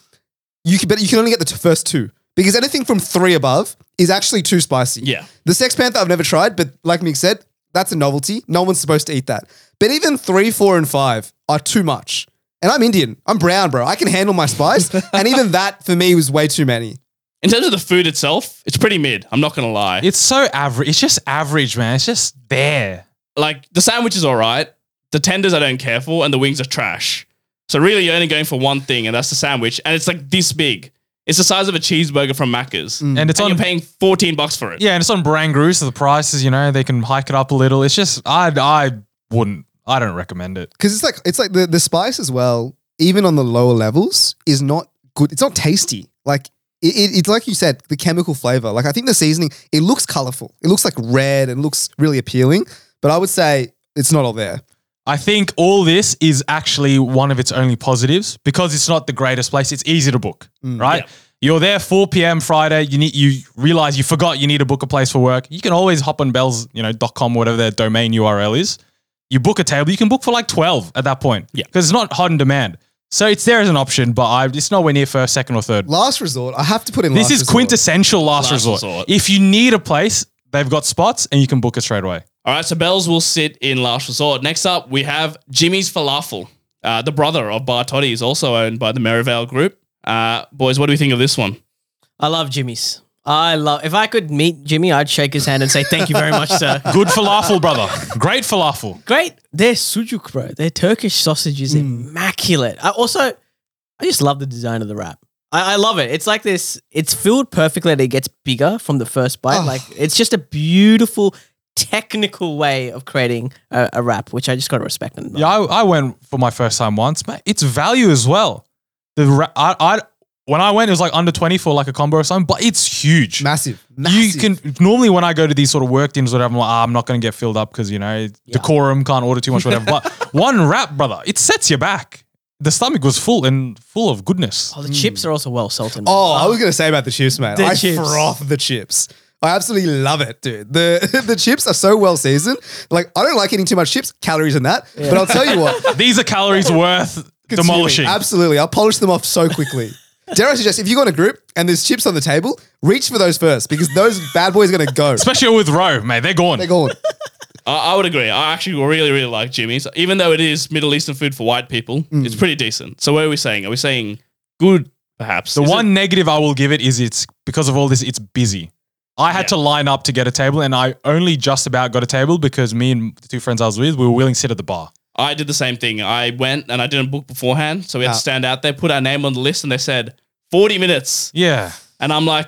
S2: you can, but you can only get the t- first two because anything from three above is actually too spicy.
S1: Yeah.
S2: The Sex Panther I've never tried, but like Mick said, that's a novelty. No one's supposed to eat that. But even three, four, and five are too much. And I'm Indian. I'm brown, bro. I can handle my spice. and even that for me was way too many.
S1: In terms of the food itself, it's pretty mid. I'm not gonna lie.
S4: It's so average. It's just average, man. It's just there.
S1: like the sandwich is all right. The tenders I don't care for, and the wings are trash. So really, you're only going for one thing, and that's the sandwich. And it's like this big. It's the size of a cheeseburger from Macca's,
S2: Mm.
S4: And it's
S1: Mm. and
S4: on.
S1: you're paying 14 bucks for it.
S4: yeah, and it's on Barangaroo, so the prices, you know, they can hike it up a little. It's just, I, I wouldn't. I don't recommend it.
S2: Because it's like it's like the, the spice as well, even on the lower levels, is not good. It's not tasty. Like it, it, it's like you said, the chemical flavor. Like I think the seasoning, it looks colorful. It looks like red and looks really appealing. But I would say it's not all there.
S4: I think all this is actually one of its only positives because it's not the greatest place. It's easy to book, right?
S1: Yeah.
S4: You're there 4 p.m. Friday. You need you realize you forgot you need to book a place for work. You can always hop on Bell's, you know, .com whatever their domain URL is. You book a table. You can book for like 12 at that point.
S1: Yeah.
S4: because it's not hot in demand. So it's there as an option, but I, it's nowhere near first, second, or third.
S2: Last resort, I have to put in.
S4: This
S2: last
S4: is
S2: resort.
S4: quintessential last,
S1: Last
S4: resort.
S1: resort.
S4: If you need a place, they've got spots and you can book it straight away.
S1: All right, so Bells will sit in last resort. Next up, we have Jimmy's Falafel. Uh, the brother of Bar Toddy is also owned by the Merivale Group. Uh, boys, what do we think of this one?
S3: I love Jimmy's. I love. If I could meet Jimmy, I'd shake his hand and say thank you very much, sir.
S4: Good falafel, brother. Great falafel.
S3: Great. Their sujuk, bro. Their Turkish sausage is immaculate. I also, I just love the design of the wrap. I, I love it. It's like this. It's filled perfectly. and It gets bigger from the first bite.
S2: Oh.
S3: Like it's just a beautiful technical way of creating a, a wrap, which I just got to respect. And
S4: Yeah, I, I went for my first time once, mate. It's value as well. The ra- I, I when I went, it was like under twenty for like a combo or something, but it's huge.
S2: massive.
S4: You
S2: massive.
S4: can normally when I go to these sort of work dinners, whatever, I'm like, ah, I'm not going to get filled up because you know decorum can't order too much, whatever. but one wrap, brother, it sets you back. The stomach was full and full of goodness.
S3: oh, the chips are also well salted. man.
S2: Oh,
S4: Ah.
S2: I was gonna say about the chips, man.
S3: The
S2: I
S3: chips.
S2: froth the chips. I absolutely love it, dude. The the chips are so well seasoned. Like I don't like eating too much chips, calories and that. But I'll tell you what,
S4: These are calories worth
S2: consuming.
S4: demolishing.
S2: Absolutely. I'll polish them off so quickly. Dare I suggest if you go in a group and there's chips on the table, reach for those first because those bad boys are going to go.
S4: Especially with Roe, mate, they're gone.
S2: They're gone.
S1: I, I would agree. I actually really, really like Jimmy's, even though it is Middle Eastern food for white people.
S2: Mm.
S1: It's pretty decent. So, what are we saying? Are we saying good, perhaps?
S4: The
S1: Is it-
S4: one negative I will give it is it's because of all this, it's busy. I had
S1: Yeah.
S4: to line up to get a table, and I only just about got a table because me and the two friends I was with we were willing to sit at the bar.
S1: I did the same thing. I went and I didn't book beforehand, so we had
S2: Ah.
S1: to stand out there, put our name on the list, and they said 40 minutes.
S4: Yeah.
S1: And I'm like,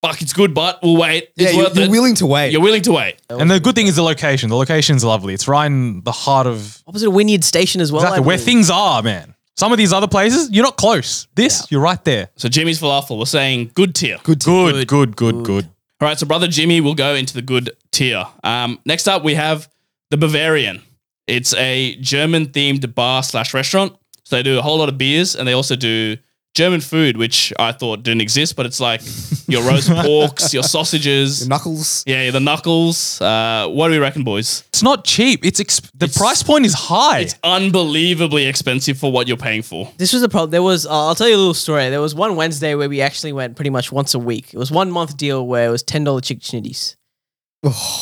S1: fuck, it's good, but we'll wait.
S2: Yeah,
S1: It's
S2: you,
S1: worth
S2: you're
S1: it.
S2: willing to wait.
S1: You're willing to wait.
S4: And the good thing is the location. The location's lovely. It's right in the heart of
S3: opposite of Wynyard Station as well.
S4: exactly
S3: I
S4: where
S3: believe.
S4: things are, man. Some of these other places, you're not close. This,
S3: Yeah.
S4: you're right there.
S1: So Jimmy's falafel, we're saying good tier.
S4: Good, good, good, good, good.
S1: All right, so brother Jimmy will go into the good tier. Um, next up, we have the Bavarian. It's a German themed bar slash restaurant. So they do a whole lot of beers, and they also do German food, which I thought didn't exist, but it's like your roast porks, your sausages,
S2: Your knuckles.
S1: yeah, the knuckles. Uh, what do we reckon, boys?
S4: It's not cheap. It's exp- the price point is high.
S1: It's unbelievably expensive for what you're paying for.
S3: This was a problem. There was, I'll tell you a little story. There was one Wednesday where we actually went pretty much once a week. It was one month deal where it was $10 chicken chindies.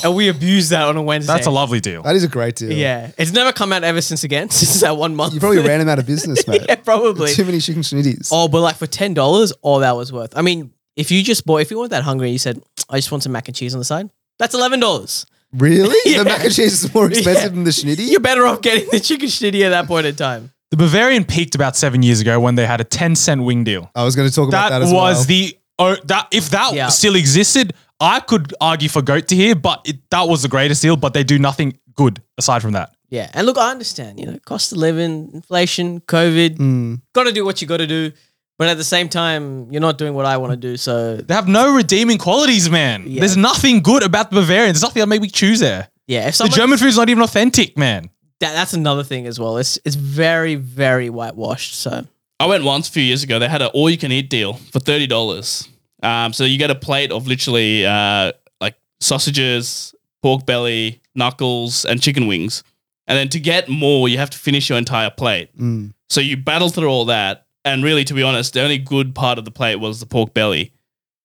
S3: and we abused that on a Wednesday.
S4: That's a lovely deal.
S2: That is a great deal.
S3: Yeah. It's never come out ever since again, since that one month.
S2: You probably ran him out of business, mate.
S3: yeah, probably.
S2: Too many chicken schnitties.
S3: Oh, but like for ten dollars, all that was worth. I mean, if you just bought, if you weren't that hungry, you said, "I just want some mac and cheese on the side." That's eleven dollars.
S2: Really?
S3: Yeah.
S2: The mac and cheese is more expensive
S3: Yeah.
S2: than the schnitty?
S3: You're better off getting the chicken schnitty at that point in time.
S4: The Bavarian peaked about seven years ago when they had a 10 cent wing deal.
S2: I was going to talk about
S4: That,
S2: that, as
S4: was
S2: well.
S4: the, oh, that if that
S3: Yeah.
S4: still existed, I could argue for goat to here, but it, that was the greatest deal, but they do nothing good aside from that.
S3: Yeah, and look, I understand. You know, cost of living, inflation, COVID.
S2: Mm.
S3: Got to do what you got to do, but at the same time, you're not doing what I want to do. So
S4: They have no redeeming qualities, man.
S3: Yeah.
S4: There's nothing good about the Bavarian. There's nothing that made me choose there.
S3: yeah, if
S4: The
S3: someone,
S4: German food's not even authentic, man.
S3: that, that's another thing as well. It's it's very very whitewashed. So
S1: I went once a few years ago. They had an all you can eat deal for thirty dollars. Um, so you get a plate of literally uh, like sausages, pork belly, knuckles, and chicken wings. And then to get more, you have to finish your entire plate.
S2: Mm.
S1: So you battle through all that. And really, to be honest, the only good part of the plate was the pork belly.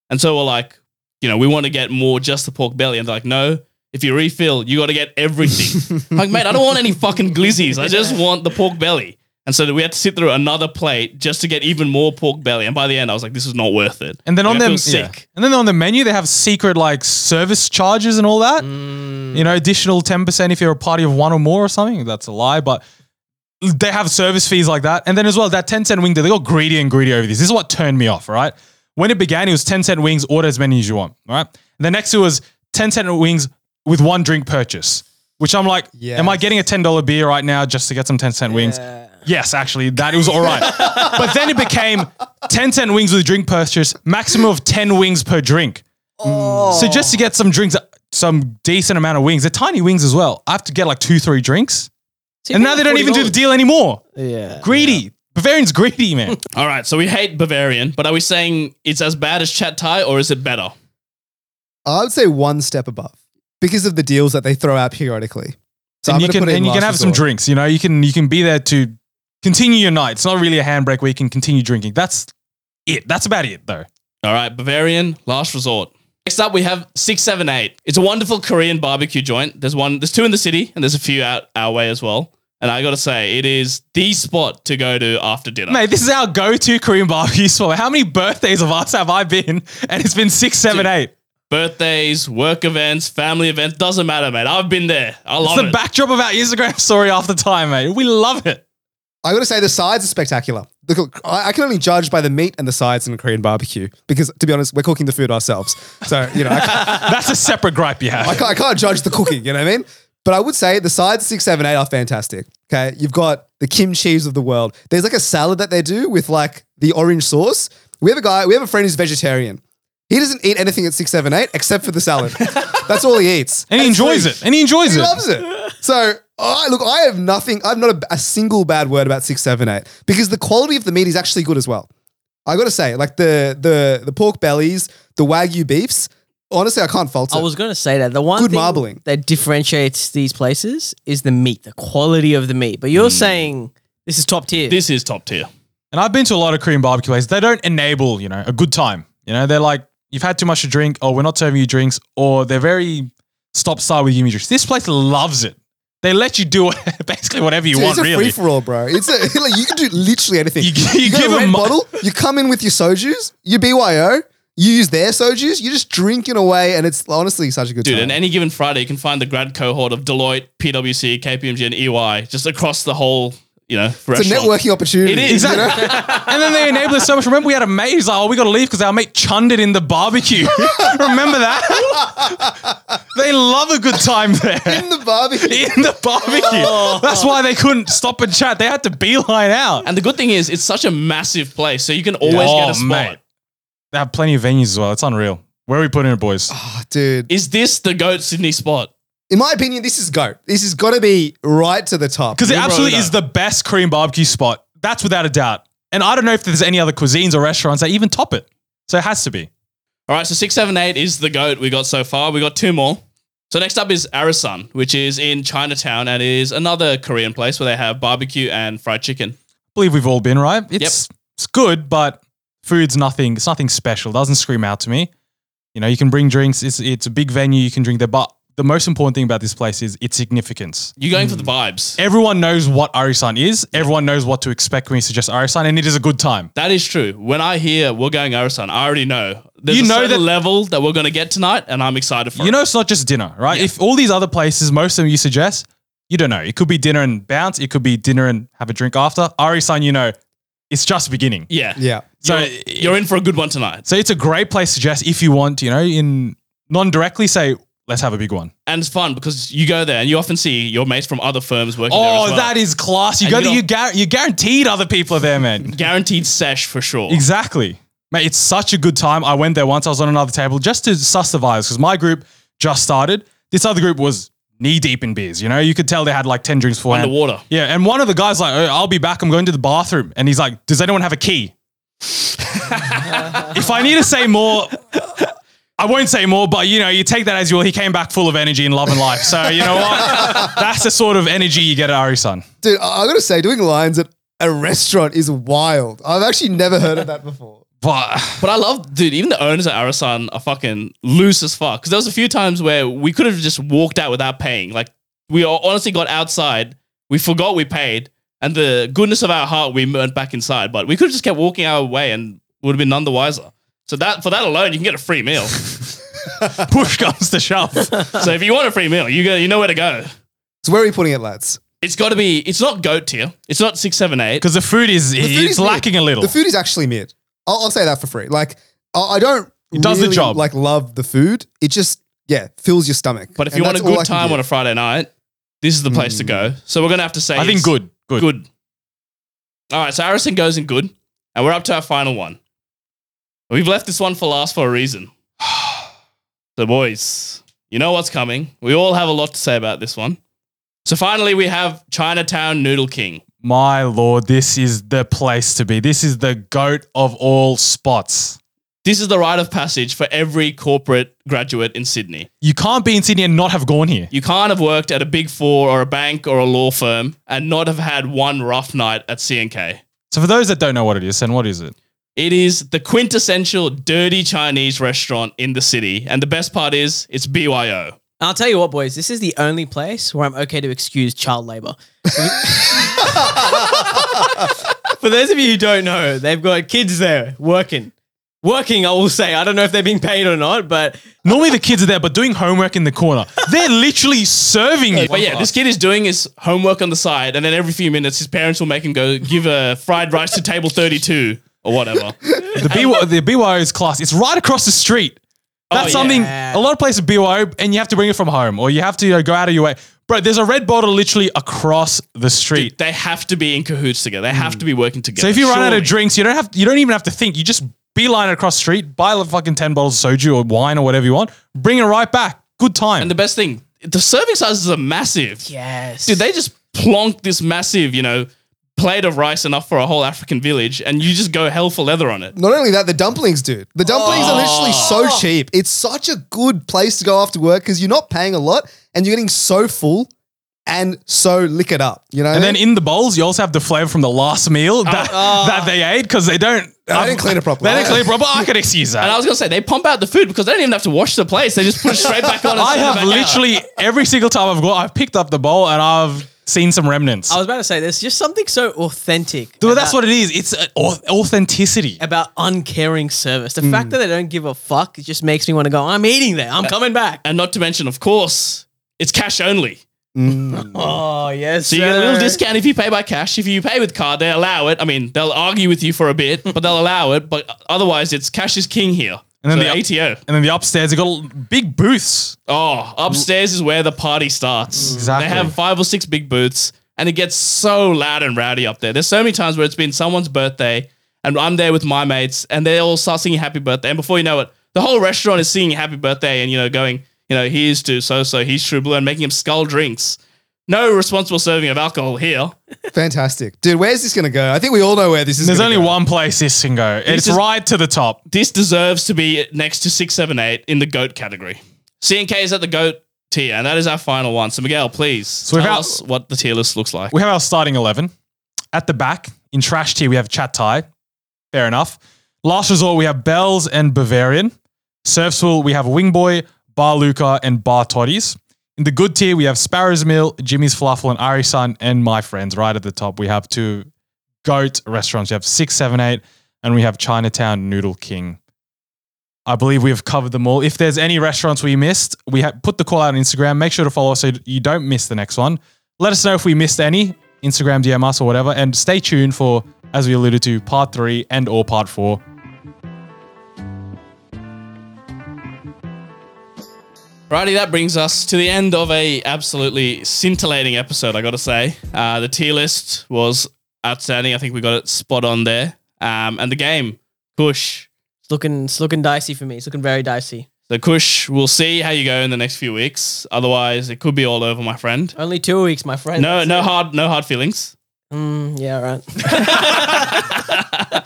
S1: And so we're like, you know, we want to get more just the pork belly. And they're like, no, if you refill, you got to get everything. I'm like, mate, I don't want any fucking glizzies. I just want the pork belly. And so we had to sit through another plate just to get even more pork belly. And by the end, I was like, this is not worth it.
S4: And then
S1: Like,
S4: on
S1: I
S4: their
S1: feel
S4: yeah. and then on the menu, they have secret like service charges and all that. You know, additional ten percent if you're a party of one or more or something. That's a lie, but they have service fees like that. And then as well, that ten cent wing deal, they got greedy and greedy over this. This is what turned me off. Right when it began, it was ten cent wings, order as many as you want. Right. And the next it was ten cent wings with one drink purchase. Which I'm like, am I
S2: Yes.
S4: getting a ten dollar beer right now just to get some ten cent wings?
S3: yeah.
S4: Yes, actually, that was all right. but then it became 10 cent wings with a drink purchase, maximum of 10 wings per drink. Mm. So just to get some drinks, uh, some decent amount of wings, they're tiny wings as well. I have to get like two, three drinks.
S3: See,
S4: and now they don't even do the deal anymore.
S3: Yeah,
S4: Greedy. Bavarian's greedy, man.
S1: All right, so we hate Bavarian, but are we saying it's as bad as Chat Thai or is it better?
S2: I would say one step above because of the deals that they throw out periodically. So
S4: and
S2: I'm
S4: you
S2: gonna
S4: can
S2: put it in
S4: and you can
S2: last
S4: have some
S2: resort.
S4: drinks. You know, you can you can be there to continue your night. It's not really a handbrake where you can continue drinking. That's it. That's about it though.
S1: All right, Bavarian, last resort. Next up, we have 678. It's a wonderful Korean barbecue joint. There's one, there's two in the city, and there's a few out our way as well. And I gotta say, it is the spot to go to after dinner.
S4: Mate, this is our go-to Korean barbecue spot. How many birthdays of us have I been? And it's been six, seven, eight.
S1: Birthdays, work events, family events, doesn't matter, mate. I've been there. I
S4: It's
S1: love
S4: the
S1: it.
S4: backdrop of our Instagram story after time, mate. We love it.
S2: I got to say, the sides are spectacular. The cook- I I can only judge by the meat and the sides in a Korean barbecue because, to be honest, we're cooking the food ourselves. So, you know, I can't,
S4: That's a separate gripe you
S2: I
S4: have.
S2: can't, I can't judge the cooking, you know what I mean? But I would say the sides six, seven, eight are fantastic. Okay. You've got the Kim cheese of the world. There's like a salad that they do with like the orange sauce. We have a guy, we have a friend who's vegetarian. He doesn't eat anything at six, seven, eight except for the salad. That's all he eats.
S4: And he
S2: it's
S4: enjoys
S2: free.
S4: it. And he enjoys
S2: He
S4: it.
S2: loves it. So I look, I have nothing. I've not a, a single bad word about six, seven, eight because the quality of the meat is actually good as well. I got to say, like the the the pork bellies, the wagyu beefs. Honestly, I can't fault it.
S3: I was going to say that the one
S2: Good
S3: thing
S2: marbling.
S3: that differentiates these places is the meat, the quality of the meat. But you're
S4: Mm.
S3: saying this is top tier.
S1: This is top tier.
S4: And I've been to a lot of Korean barbecue places. They don't enable, you know, a good time. You know, they're like, you've had too much to drink, or we're not serving you drinks, or they're very stop start with you drinks. This place loves it. They let you do basically whatever you
S2: Dude,
S4: want,
S2: it's a
S4: really.
S2: free for all, bro. It's a, like you can do literally anything.
S4: You-
S2: You,
S4: you
S2: got
S4: give
S2: a
S4: 'em
S2: red
S4: mo-
S2: bottle. You come in with your soju's, your BYO. You use their soju's. You're just drinking away, and it's honestly such a good
S1: Dude,
S2: time.
S1: on any given Friday, you can find the grad cohort of Deloitte, PwC, KPMG, and EY just E across the whole you know,
S2: It's a
S1: restaurant.
S2: networking opportunity.
S1: It is.
S2: you know?
S4: And then they enabled us so much. Remember, we had a mate who's like, "Oh, we got to leave because our mate chundered in the barbecue." Remember that? they love a good time there
S2: In the barbecue.
S4: in the barbecue. That's why they couldn't stop and chat. They had to beeline out.
S1: And the good thing is, it's such a massive place, so you can always get
S4: Oh,
S1: a spot.
S4: mate. They have plenty of venues as well. It's unreal. Where are we putting it, boys?
S2: Oh, dude.
S1: Is this the goat Sydney spot?
S2: In my opinion, this is GOAT. This has got to be right to the top.
S4: Because it
S1: New
S4: absolutely
S1: Rhoda.
S4: is the best Korean barbecue spot. That's without a doubt. And I don't know if there's any other cuisines or restaurants that even top it. So it has to be.
S1: All right, so six, seven, eight is the goat we got so far. We got two more. So next up is Arasan, which is in Chinatown and is another Korean place where they have barbecue and fried chicken.
S4: believe we've all been, right? It's it's good, but food's nothing. It's nothing special. Doesn't scream out to me. You know, you can bring drinks. It's it's a big venue. You can drink there, but the most important thing about this place is its significance.
S1: You're going for
S4: Hmm.
S1: the vibes.
S4: Everyone knows what Arisan is. Everyone knows what to expect when you suggest Arisan, and it is a good time.
S1: That is true. When I hear we're going Arasan, I already know. There's
S4: You
S1: a
S4: know
S1: certain
S4: that-
S1: level that we're going to get tonight, and I'm excited for
S4: You
S1: it.
S4: know, it's not just dinner, right? If all these other places, most of them you suggest, you don't know. It could be dinner and bounce. It could be dinner and have a drink after. Arisan, you know, it's just beginning.
S1: yeah.
S2: yeah.
S4: So
S1: You're- you're in for a good one tonight.
S4: So it's a great place to suggest if you want, you know, in non directly say, let's have a big one.
S1: and it's fun because you go there and you often see your mates from other firms working there.
S4: Oh,
S1: as well.
S4: that is class. You
S1: And
S4: go
S1: you
S4: there, you gar- you're guaranteed other people are there, man.
S1: guaranteed sesh for sure.
S4: exactly. Mate, it's such a good time. I went there once, I was on another table just to suss the vibes because my group just started. This other group was knee deep in beers, you know? You could tell they had like 10 drinks beforehand.
S1: Underwater.
S4: Yeah, and one of the guys like, oh, I'll be back. I'm going to the bathroom, and he's like, Does anyone have a key? if I need to say more, I won't say more. But you know, you take that as you will. He came back full of energy and love and life. So you know what? That's the sort of energy you get at Arisan.
S2: Dude, I, I got to say, doing lines at a restaurant is wild. I've actually never heard of that before.
S4: But
S1: But I love, dude, even the owners at Arasan are fucking loose as fuck. Because there was a few times where we could have just walked out without paying. Like, we all honestly got outside, we forgot we paid, and the goodness of our heart, we went back inside. But we could have just kept walking our way and would have been none the wiser. So that for that alone, you can get a free meal.
S4: push comes to shove.
S1: so if you want a free meal, you go, you know where to go.
S2: So where are we putting it, lads?
S1: It's got to be. It's not goat tier. It's not six, seven, eight.
S4: Because the food is,
S2: The food
S4: it's
S2: is mid.
S4: lacking a little.
S2: The food is actually mid. I'll, I'll say that for free. Like, I, I don't.
S4: It does the
S2: really,
S4: job.
S2: Like, love the food. It just, yeah, fills your stomach.
S1: But if
S2: And
S1: you want a
S2: that's all I
S1: good
S2: can Hmm.
S1: time
S2: give.
S1: on a Friday night, this is the place to go. So we're gonna have to say
S4: I think
S1: it's
S4: good, good.
S1: Good. All right, so Harrison goes in good, and we're up to our final one. We've left this one for last for a reason. So boys, you know what's coming. We all have a lot to say about this one. So finally, we have Chinatown Noodle King.
S4: My lord, this is the place to be. This is the goat of all spots.
S1: This is the rite of passage for every corporate graduate in Sydney.
S4: You can't be in Sydney and not have gone here.
S1: You can't have worked at a big four or a bank or a law firm and not have had one rough night at CNK.
S4: So for those that don't know what it is, and what is it?
S1: It is the quintessential dirty Chinese restaurant in the city. And the best part is it's BYO.
S3: I'll tell you what, boys. This is the only place where I'm okay to excuse child labor. For those of you who don't know, they've got kids there working, working. I will say, I don't know if they're being paid or not, but
S4: Normally the kids are there, but doing homework in the corner. They're literally serving you.
S1: But yeah, this kid is doing his homework on the side, and then every few minutes his parents will make him go give a fried rice to table 32 or whatever.
S4: the, BY, the BYO's class, it's right across the street. That's
S1: Oh, yeah.
S4: something, a lot of places BYO, and you have to bring it from home or you have to you know, go out of your way. Bro, there's a red bottle literally across the street.
S1: They have to be in cahoots together. They have to be working together.
S4: Hmm. So if you run out of
S1: Surely.
S4: drinks, you don't have, you don't even have to think. You just beeline across the street, buy like fucking 10 bottles of soju or wine or whatever you want, bring it right back. Good time.
S1: And the best thing, the serving sizes are massive.
S3: yes,
S1: Dude, they just plonk this massive, you know, plate of rice enough for a whole African village, and you just go hell for leather on it.
S2: Not only that, the dumplings, dude. The dumplings are literally
S1: Ah.
S2: so cheap. It's such a good place to go after work because you're not paying a lot and you're getting so full and so liquored up. You know,
S4: And then in the bowls, you also have the flavor from the last meal that,
S1: Oh.
S4: that they ate because they don't.
S2: I didn't clean it properly.
S4: They didn't clean it properly. I can excuse that.
S1: And I was gonna say they pump out the food because they don't even have to wash the plates; they just put it straight back on. And
S4: I
S1: send it back
S4: have
S1: out.
S4: literally every single time I've gone, I've picked up the bowl and I've seen some remnants.
S3: I was about to say, there's just something so authentic.
S4: Well, that's
S3: about-
S4: what it is. It's uh, au- authenticity.
S3: about uncaring service. The fact that they don't give a fuck it just makes me want to go. I'm eating there. I'm coming back.
S1: and not to mention, of course, it's cash only.
S2: Mm.
S3: Oh yes.
S1: So you get a little
S3: sir.
S1: discount if you pay by cash. If you pay with card, they allow it. I mean, they'll argue with you for a bit, but they'll allow it. But otherwise, it's cash is king here. And
S4: And then
S1: then
S4: the up-
S1: the ATO.
S4: And then the upstairs, they got big booths.
S1: Oh, upstairs is where the party starts.
S4: Exactly.
S1: They have five or six big booths, and it gets so loud and rowdy up there. There's so many times where it's been someone's birthday, and I'm there with my mates, and they all start singing happy birthday. And before you know it, the whole restaurant is singing happy birthday and, you know, going, you know, here's to so so, he's Shrubble, and making him skull drinks. No responsible serving of alcohol here.
S2: Fantastic. Dude, where's this going to go? I think we all know where this is
S4: There's
S2: gonna
S4: only
S2: go.
S4: one place this can go. It's
S1: is-
S4: right to the top.
S1: This deserves to be next to 678 in the GOAT category. CNK is at the GOAT tier, and that is our final one. So, Miguel, please
S4: we've
S1: tell
S4: out-
S1: us what the tier list looks like.
S4: We have our starting 11. At the back, in trash tier, we have Chat Thai. Fair enough. Last resort, we have Bells and Bavarian. Surf's Will, we have Wing Boy, Bar Luca, and Bar Toddies. In the good tier, we have Sparrow's Mill, Jimmy's Fluffle, and Ari Sun, and my friends. Right at the top, we have two goat restaurants. We have 678, and we have Chinatown Noodle King. I believe we have covered them all. If there's any restaurants we missed, we ha- put the call out on Instagram. Make sure to follow us so you don't miss the next one. Let us know if we missed any. Instagram DM us or whatever, and stay tuned for, as we alluded to, part three and or part four.
S1: Righty, that brings us to the end of a absolutely scintillating episode. I got to say, uh, the tier list was outstanding. I think we got it spot on there. Um, and the game, Kush.
S3: It's looking it's looking dicey for me. It's looking very dicey.
S1: So Kush, we'll see how you go in the next few weeks. Otherwise, it could be all over, my friend.
S3: Only two weeks, my friend.
S1: No, no hard, no hard feelings.
S3: Mm, yeah, right.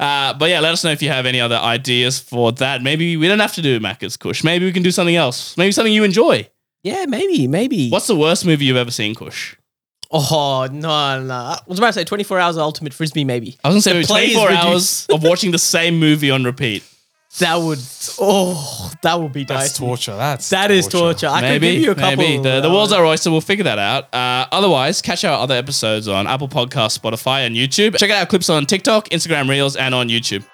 S1: Uh, but yeah, let us know if you have any other ideas for that. Maybe we don't have to do Macca's Kush. Maybe we can do something else. Maybe something you enjoy.
S3: yeah, maybe, maybe.
S1: What's the worst movie you've ever seen, Kush?
S3: Oh no, no. I was about to say twenty four hours of ultimate frisbee. Maybe
S1: I was
S3: The
S1: gonna say
S3: plays
S1: 24
S3: reduce-
S1: hours of watching the same movie on repeat.
S3: that would. Oh, that would be dicey.
S4: torture. That's
S3: That is torture. I could
S1: maybe,
S3: give you a couple.
S1: maybe the, the
S3: uh,
S1: world's our oyster. We'll figure that out. Uh, otherwise, catch our other episodes on Apple Podcasts, Spotify, and YouTube. Check out our clips on TikTok, Instagram Reels, and on YouTube.